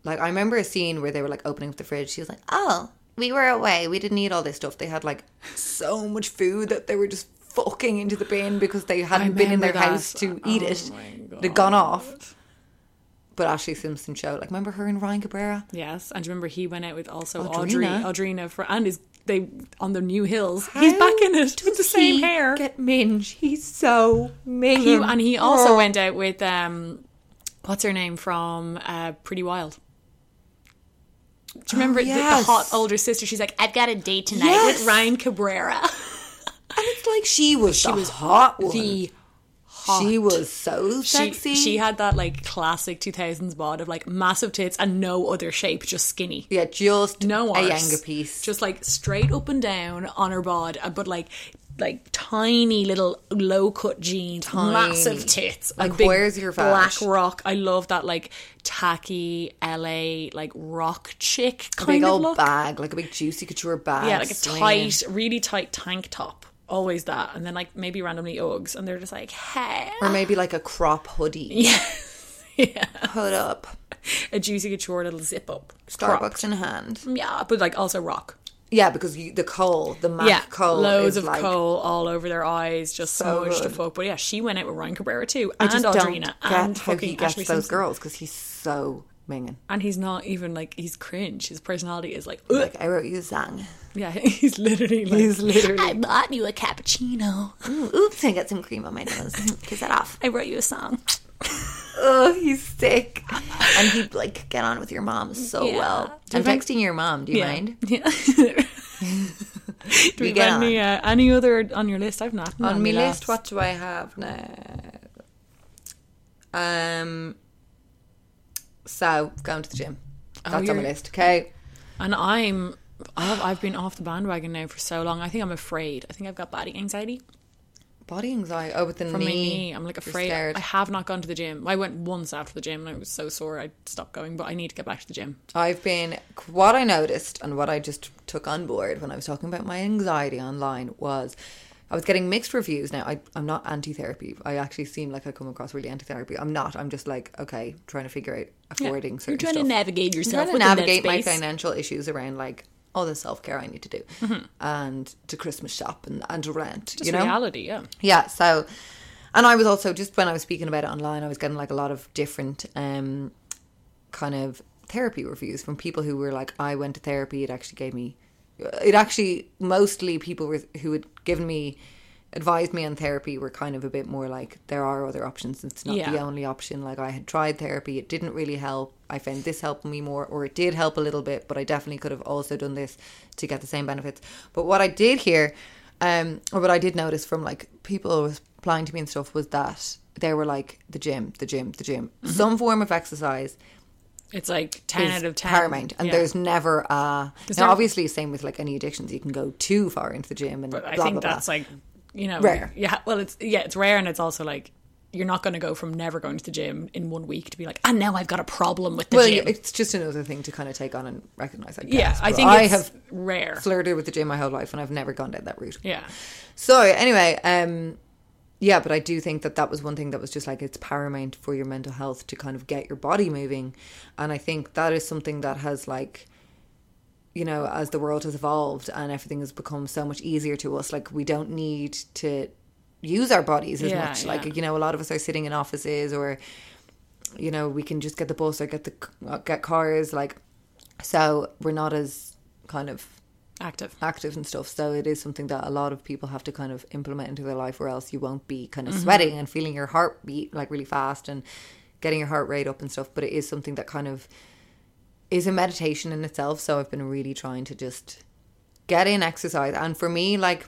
Speaker 4: Like I remember a scene where they were like opening up the fridge. She was like, "Oh, we were away. We didn't eat all this stuff. They had like so much food that they were just fucking into the bin because they hadn't been in their
Speaker 3: remember that.
Speaker 4: house to eat
Speaker 3: Oh
Speaker 4: it.
Speaker 3: my
Speaker 4: They'd gone off." But Ashley Simpson showed, like, remember her and Ryan Cabrera?
Speaker 3: yes. And do you remember he went out with also
Speaker 4: Audrina.
Speaker 3: Audrey, Audrina, for, and is they on the new hills. He's back in it with the same
Speaker 4: he
Speaker 3: hair.
Speaker 4: Get minge. He's so Oh. minge.
Speaker 3: He- and he also went out with um, what's her name from uh, Pretty Wild. Do you remember the- the,
Speaker 4: Oh, yes.
Speaker 3: hot older sister? She's like, I've got a date tonight
Speaker 4: Yes.
Speaker 3: with Ryan Cabrera.
Speaker 4: It's like she was. She was hot. One.
Speaker 3: The
Speaker 4: she was so sexy.
Speaker 3: She, she had that like classic 2000s bod of like massive tits and no other shape, just skinny.
Speaker 4: yeah, just
Speaker 3: No
Speaker 4: a
Speaker 3: arse.
Speaker 4: younger piece.
Speaker 3: Just like straight up and down on her bod, uh, but like like tiny little low cut jeans, massive tits, a
Speaker 4: Like,
Speaker 3: big
Speaker 4: where's your
Speaker 3: black
Speaker 4: fat?
Speaker 3: rock? I love that like tacky LA like rock chick
Speaker 4: a
Speaker 3: kind
Speaker 4: big
Speaker 3: of
Speaker 4: old
Speaker 3: look.
Speaker 4: bag, like a big juicy couture bag.
Speaker 3: Yeah, like a
Speaker 4: swinging.
Speaker 3: tight, really tight tank top. Always that, and then like maybe randomly Uggs, and they're just like, hey,
Speaker 4: or maybe like a crop
Speaker 3: (laughs)
Speaker 4: hoodie. yeah, hood up,
Speaker 3: a juicy couture little zip up,
Speaker 4: Starbucks
Speaker 3: Cropped.
Speaker 4: in hand.
Speaker 3: Yeah, but like also rock.
Speaker 4: Yeah, because you, the coal, the Mac
Speaker 3: yeah,
Speaker 4: coal,
Speaker 3: loads
Speaker 4: is
Speaker 3: of
Speaker 4: like,
Speaker 3: coal all over their eyes, just
Speaker 4: So
Speaker 3: smudged to
Speaker 4: good.
Speaker 3: fuck. But yeah, she went out with Ryan Cabrera too,
Speaker 4: I
Speaker 3: and
Speaker 4: just don't
Speaker 3: Audrina,
Speaker 4: get
Speaker 3: and
Speaker 4: how he
Speaker 3: fucking
Speaker 4: gets
Speaker 3: Ashley
Speaker 4: those
Speaker 3: Simpson.
Speaker 4: girls because he's so minging.
Speaker 3: And he's not even like he's cringe. His personality is like, Ugh.
Speaker 4: Like I wrote you a song.
Speaker 3: yeah, (laughs) he's literally like,
Speaker 4: He's literally.
Speaker 6: I bought you a cappuccino.
Speaker 4: Oops, I got some cream on my nose. (laughs) Kiss that off.
Speaker 6: I wrote you a song.
Speaker 4: Oh, he's sick. And (laughs) he'd like get on with your mom so
Speaker 6: Yeah.
Speaker 4: well. I'm texting your mom. Do you mind?
Speaker 3: (laughs) yeah.
Speaker 4: (laughs)
Speaker 3: Do we
Speaker 4: get
Speaker 3: have any uh, any other on your list? I've not
Speaker 4: on
Speaker 3: my
Speaker 4: my list, what do I have now? Um, so going to the gym. That's on my
Speaker 3: you're-
Speaker 4: list. Okay.
Speaker 3: And I'm I've, I've been off the bandwagon now for so long. I think I'm afraid. I think I've got body anxiety.
Speaker 4: Body anxiety. Oh, with the
Speaker 3: from
Speaker 4: knee.
Speaker 3: my knee. I'm like
Speaker 4: You're
Speaker 3: afraid.
Speaker 4: scared.
Speaker 3: I have not gone to the gym. I went once after the gym and I was so sore I stopped going, but I need to get back to the gym.
Speaker 4: I've been what I noticed and what I just took on board when I was talking about my anxiety online was I was getting mixed reviews. Now I, I'm not anti-therapy. I actually seem like I come across really anti-therapy. I'm not. I'm just like okay, trying to figure out affording certain
Speaker 6: You're trying
Speaker 4: stuff.
Speaker 6: to navigate
Speaker 4: I'm
Speaker 6: yourself.
Speaker 4: trying to
Speaker 6: within that
Speaker 4: navigate my
Speaker 6: space.
Speaker 4: financial issues around like all the self-care I need to do
Speaker 6: Mm-hmm.
Speaker 4: and to Christmas shop and and to rent.
Speaker 3: Just
Speaker 4: you know,
Speaker 3: reality, yeah.
Speaker 4: yeah, so and I was also just when I was speaking about it online, I was getting like a lot of different um kind of therapy reviews from people who were like, I went to therapy, it actually gave me it actually mostly people were, who had given me advised me on therapy were kind of a bit more like there are other options it's not the
Speaker 3: Yeah.
Speaker 4: only option like i had tried therapy it didn't really help i found this helped me more or it did help a little bit but i definitely could have also done this to get the same benefits but what i did hear um or what i did notice from like people replying to me and stuff was that they were like the gym the gym the gym some form of exercise
Speaker 3: It's like ten
Speaker 4: is
Speaker 3: out of ten.
Speaker 4: paramount and
Speaker 3: Yeah.
Speaker 4: there's never uh now
Speaker 3: there-
Speaker 4: obviously same with like any addictions you can go too far into the gym and
Speaker 3: I
Speaker 4: blah
Speaker 3: think
Speaker 4: blah
Speaker 3: that's
Speaker 4: blah
Speaker 3: like you know
Speaker 4: Rare.
Speaker 3: Yeah, well it's yeah, it's rare and it's also like you're not going to go from never going to the gym in one week to be like, and now I've got a problem with the
Speaker 4: well, yeah,
Speaker 3: gym.
Speaker 4: it's just another thing to kind of take on and recognize. I guess.
Speaker 3: yeah, I
Speaker 4: But
Speaker 3: think
Speaker 4: I
Speaker 3: it's
Speaker 4: have
Speaker 3: rare.
Speaker 4: flirted with the gym my whole life, and I've never gone down that route.
Speaker 3: yeah,
Speaker 4: So anyway, um, Yeah, but I do think that that was one thing that was just like it's paramount for your mental health to kind of get your body moving. And I think that is something that has like you know, as the world has evolved and everything has become so much easier to us, like we don't need to use our bodies as
Speaker 3: Yeah,
Speaker 4: much.
Speaker 3: yeah.
Speaker 4: Like, you know, a lot of us are sitting in offices or you know, we can just get the bus or get the uh, get cars like so we're not as kind of
Speaker 3: Active.
Speaker 4: active and stuff. So it is something that a lot of people have to kind of implement into their life, or else you won't be kind of sweating and feeling your heartbeat like really fast and getting your heart rate up and stuff. But it is something that kind of is a meditation in itself. So I've been really trying to just get in exercise. And for me, like,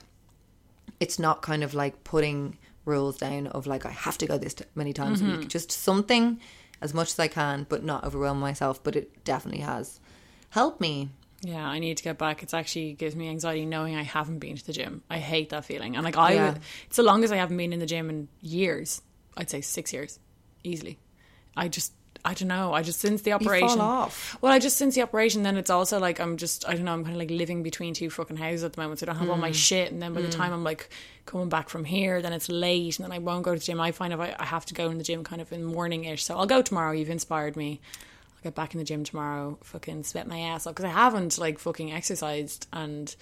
Speaker 4: it's not kind of like putting rules down of like, I have to go this t- many times a week, just something as much as I can, but not overwhelm myself. But it definitely has helped me.
Speaker 3: Yeah, I need to get back. It's actually gives me anxiety knowing I haven't been to the gym. I hate that feeling. And like I,
Speaker 4: Yeah.
Speaker 3: it's the longest I haven't been in the gym in years. I'd say six years, easily. I just, I don't know. I just since the operation,
Speaker 4: off.
Speaker 3: well, I just since the operation, then it's also like I'm just, I don't know. I'm kind of like living between two fucking houses at the moment, so I don't have all my shit. And then by the time I'm like coming back from here, then it's late, and then I won't go to the gym. I find if I, I have to go in the gym kind of in the morning ish. So I'll go tomorrow. You've inspired me. I'll get back in the gym tomorrow, fucking sweat my ass off because I haven't like fucking exercised and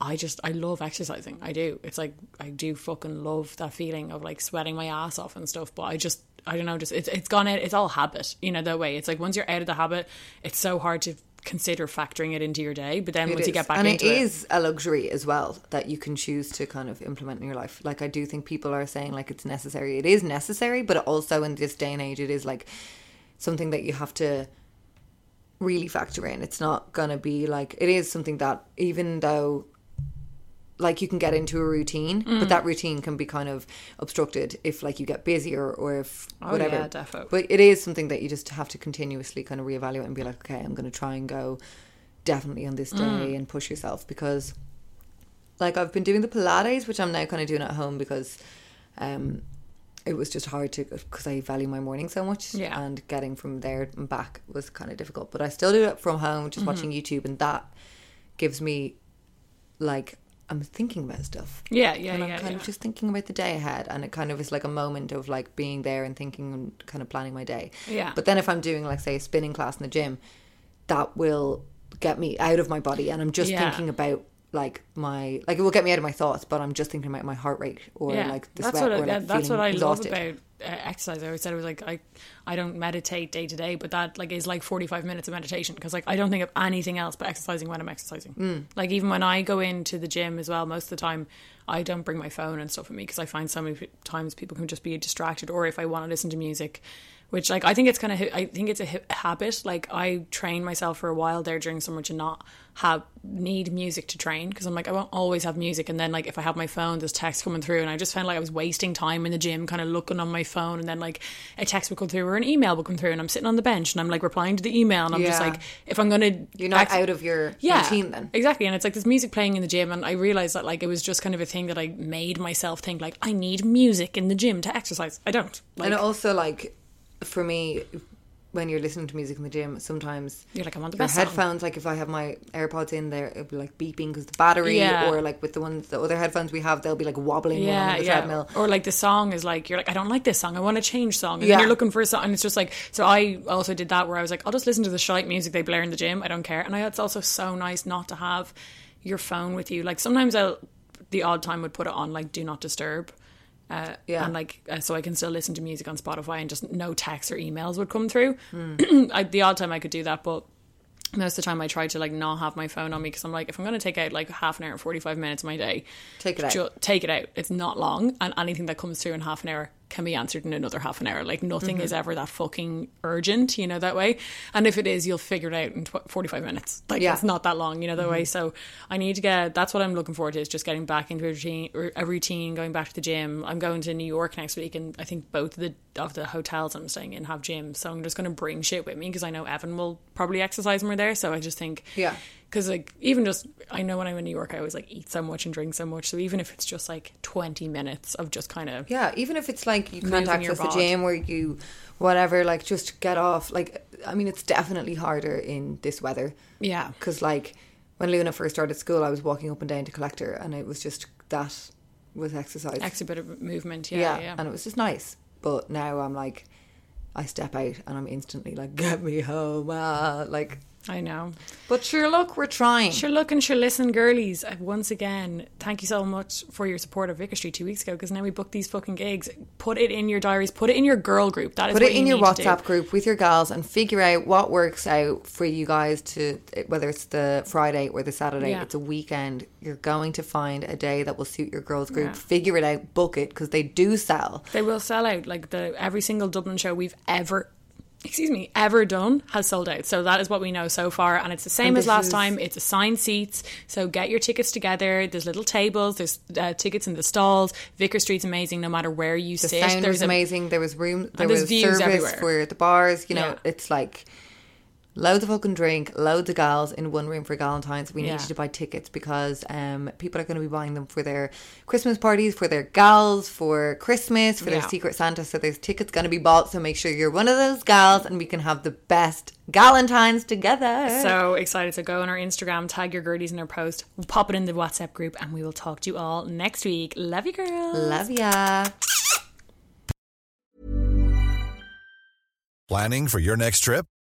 Speaker 3: I just I love exercising. I do. It's like I do fucking love that feeling of like sweating my ass off and stuff, but I just I don't know, just it's it's gone out it's all habit, you know, that way. It's like once you're out of the habit, it's so hard to consider factoring it into your day. But then once
Speaker 4: It
Speaker 3: you
Speaker 4: is.
Speaker 3: get back
Speaker 4: and
Speaker 3: into
Speaker 4: it is a luxury as well that you can choose to kind of implement in your life like i do think people are saying like it's necessary it is necessary but also in this day and age it is like something that you have to really factor in it's not gonna be like it is something that even though like you can get into a routine but that routine can be kind of obstructed if like you get busier or if whatever
Speaker 3: yeah, defo.
Speaker 4: but it is something that you just have to continuously kind of reevaluate and be like okay i'm gonna try and go definitely on this day and push yourself because like I've been doing the Pilates, which I'm now kind of doing at home because um, it was just hard to because I value my morning so much.
Speaker 3: Yeah.
Speaker 4: And getting from there and back was kind of difficult, but I still do it from home, just watching YouTube, and that gives me like I'm thinking about stuff.
Speaker 3: Yeah, yeah,
Speaker 4: And I'm
Speaker 3: yeah.
Speaker 4: kind
Speaker 3: yeah.
Speaker 4: of just thinking about the day ahead, and it kind of is like a moment of like being there and thinking and kind of planning my day.
Speaker 3: Yeah.
Speaker 4: But then if I'm doing like say a spinning class in the gym, that will get me out of my body, and I'm just
Speaker 3: Yeah.
Speaker 4: thinking about like my like it will get me out of my thoughts, but I'm just thinking about my heart rate or like the
Speaker 3: that's
Speaker 4: sweat
Speaker 3: what
Speaker 4: or
Speaker 3: I,
Speaker 4: like
Speaker 3: that's what
Speaker 4: feeling
Speaker 3: I
Speaker 4: exhausted.
Speaker 3: love about uh, exercise. I always said it was like I I don't meditate day to day, but that like is like forty five minutes of meditation because like I don't think of anything else but exercising when I'm exercising.
Speaker 4: Mm.
Speaker 3: Like even when I go into the gym as well, most of the time I don't bring my phone and stuff with me because I find so many p- times people can just be distracted, or if I want to listen to music. Which like I think it's kind of I think it's a hi- habit. Like I trained myself for a while there during summer to not have need music to train because I'm like I won't always have music and then like if I have my phone there's text coming through and I just found like I was wasting time in the gym kind of looking on my phone and then like a text would come through or an email would come through and I'm sitting on the bench and I'm like replying to the email and I'm just
Speaker 4: Yeah.
Speaker 3: like if I'm gonna
Speaker 4: You're not
Speaker 3: ex-
Speaker 4: out of your routine then.
Speaker 3: Exactly. And it's like this music playing in the gym. And I realized that like it was just kind of a thing that I made myself think like I need music in the gym to exercise. I don't. Like
Speaker 4: and also like for me when you're listening to music in the gym sometimes
Speaker 3: You're like, I want the
Speaker 4: your
Speaker 3: best song.
Speaker 4: headphones like if i have my airpods in there it'll be like beeping because the battery
Speaker 3: Yeah.
Speaker 4: or like with the ones the other headphones we have they'll be like wobbling when I'm
Speaker 3: yeah,
Speaker 4: on the
Speaker 3: yeah.
Speaker 4: treadmill
Speaker 3: Or like the song is like you're like I don't like this song. I want to change song. And
Speaker 4: Yeah.
Speaker 3: then you're looking for a song, and it's just like so. I also did that where I was like, I'll just listen to the shite music they blare in the gym. I don't care. And I, it's also so nice not to have your phone with you. Like sometimes I'll the odd time would put it on like do not disturb. Uh,
Speaker 4: Yeah.
Speaker 3: and like uh, so I can still listen to music on Spotify and just no texts or emails would come through.
Speaker 4: Hmm.
Speaker 3: (clears throat) I, the odd time I could do that, but most of the time I try to like not have my phone on me because I'm like if I'm gonna take out like half an hour and 45 minutes of my day,
Speaker 4: Take it out.
Speaker 3: ju- take it out. It's not long, and anything that comes through in half an hour can be answered in another half an hour. Like nothing is ever that fucking urgent, you know that way. And if it is, you'll figure it out in tw- forty five minutes. Like
Speaker 4: Yeah.
Speaker 3: it's not that long, you know that way. So I need to get. That's what I'm looking forward to is just getting back into a routine, or a routine, going back to the gym. I'm going to New York next week, and I think both of the of the hotels I'm staying in have gyms. So I'm just going to bring shit with me because I know Evan will probably exercise when we're there. So I just think
Speaker 4: Yeah.
Speaker 3: because like even just I know when I'm in New York, I always like eat so much and drink so much. So even if it's just like 20 minutes of just kind of
Speaker 4: yeah even if it's like you can't
Speaker 3: Moving your
Speaker 4: access the
Speaker 3: bod.
Speaker 4: gym or you whatever like just get off like i mean it's definitely harder in this weather
Speaker 3: yeah,
Speaker 4: because like when Luna first started school, I was walking up and down to collect her, and it was just that with exercise.
Speaker 3: extra bit of movement.
Speaker 4: yeah,
Speaker 3: Yeah, yeah.
Speaker 4: and it was just nice. But now I'm like, I step out and I'm instantly like, (laughs) get me home, ah, like.
Speaker 3: I know.
Speaker 4: But sure, look, we're trying.
Speaker 3: Sure, look and sure, listen, girlies. uh, Once again, thank you so much for your support of Vicar Street two weeks ago. Because now we book these fucking gigs. Put it in your diaries. Put it in your girl group. That is
Speaker 4: Put
Speaker 3: what
Speaker 4: it
Speaker 3: you
Speaker 4: in your
Speaker 3: need to do.
Speaker 4: WhatsApp group with your gals and figure out what works out for you guys to whether it's the Friday or the Saturday,
Speaker 3: Yeah.
Speaker 4: it's a weekend. You're going to find a day that will suit your girls group. Figure it out, book it because they do sell.
Speaker 3: They will sell out. Like the every single Dublin show we've ever, excuse me, ever done has sold out. So that is what we know so far, and it's the same as
Speaker 4: this
Speaker 3: last
Speaker 4: is-
Speaker 3: time. It's assigned seats. So get your tickets together. There's little tables. There's uh, tickets in the stalls. Vicar Street's amazing. No matter where you
Speaker 4: The
Speaker 3: sit,
Speaker 4: sound
Speaker 3: there's
Speaker 4: was
Speaker 3: a-
Speaker 4: amazing. There was room. There
Speaker 3: there's
Speaker 4: was
Speaker 3: views
Speaker 4: service
Speaker 3: everywhere.
Speaker 4: for the bars. You know,
Speaker 3: Yeah.
Speaker 4: it's like loads of fucking drink, loads of gals in one room for Valentine's. We
Speaker 3: Yeah.
Speaker 4: need you to buy tickets because um, people are going to be buying them for their Christmas parties, for their gals, for Christmas, for
Speaker 3: Yeah.
Speaker 4: their Secret Santa. So there's tickets going to be bought. So make sure you're one of those gals, and we can have the best Galentines together.
Speaker 3: So excited. So go on our Instagram, tag your girlies in our post, pop it in the WhatsApp group, and we will talk to you all next week. Love you, girls.
Speaker 4: love ya.
Speaker 1: Planning for your next trip?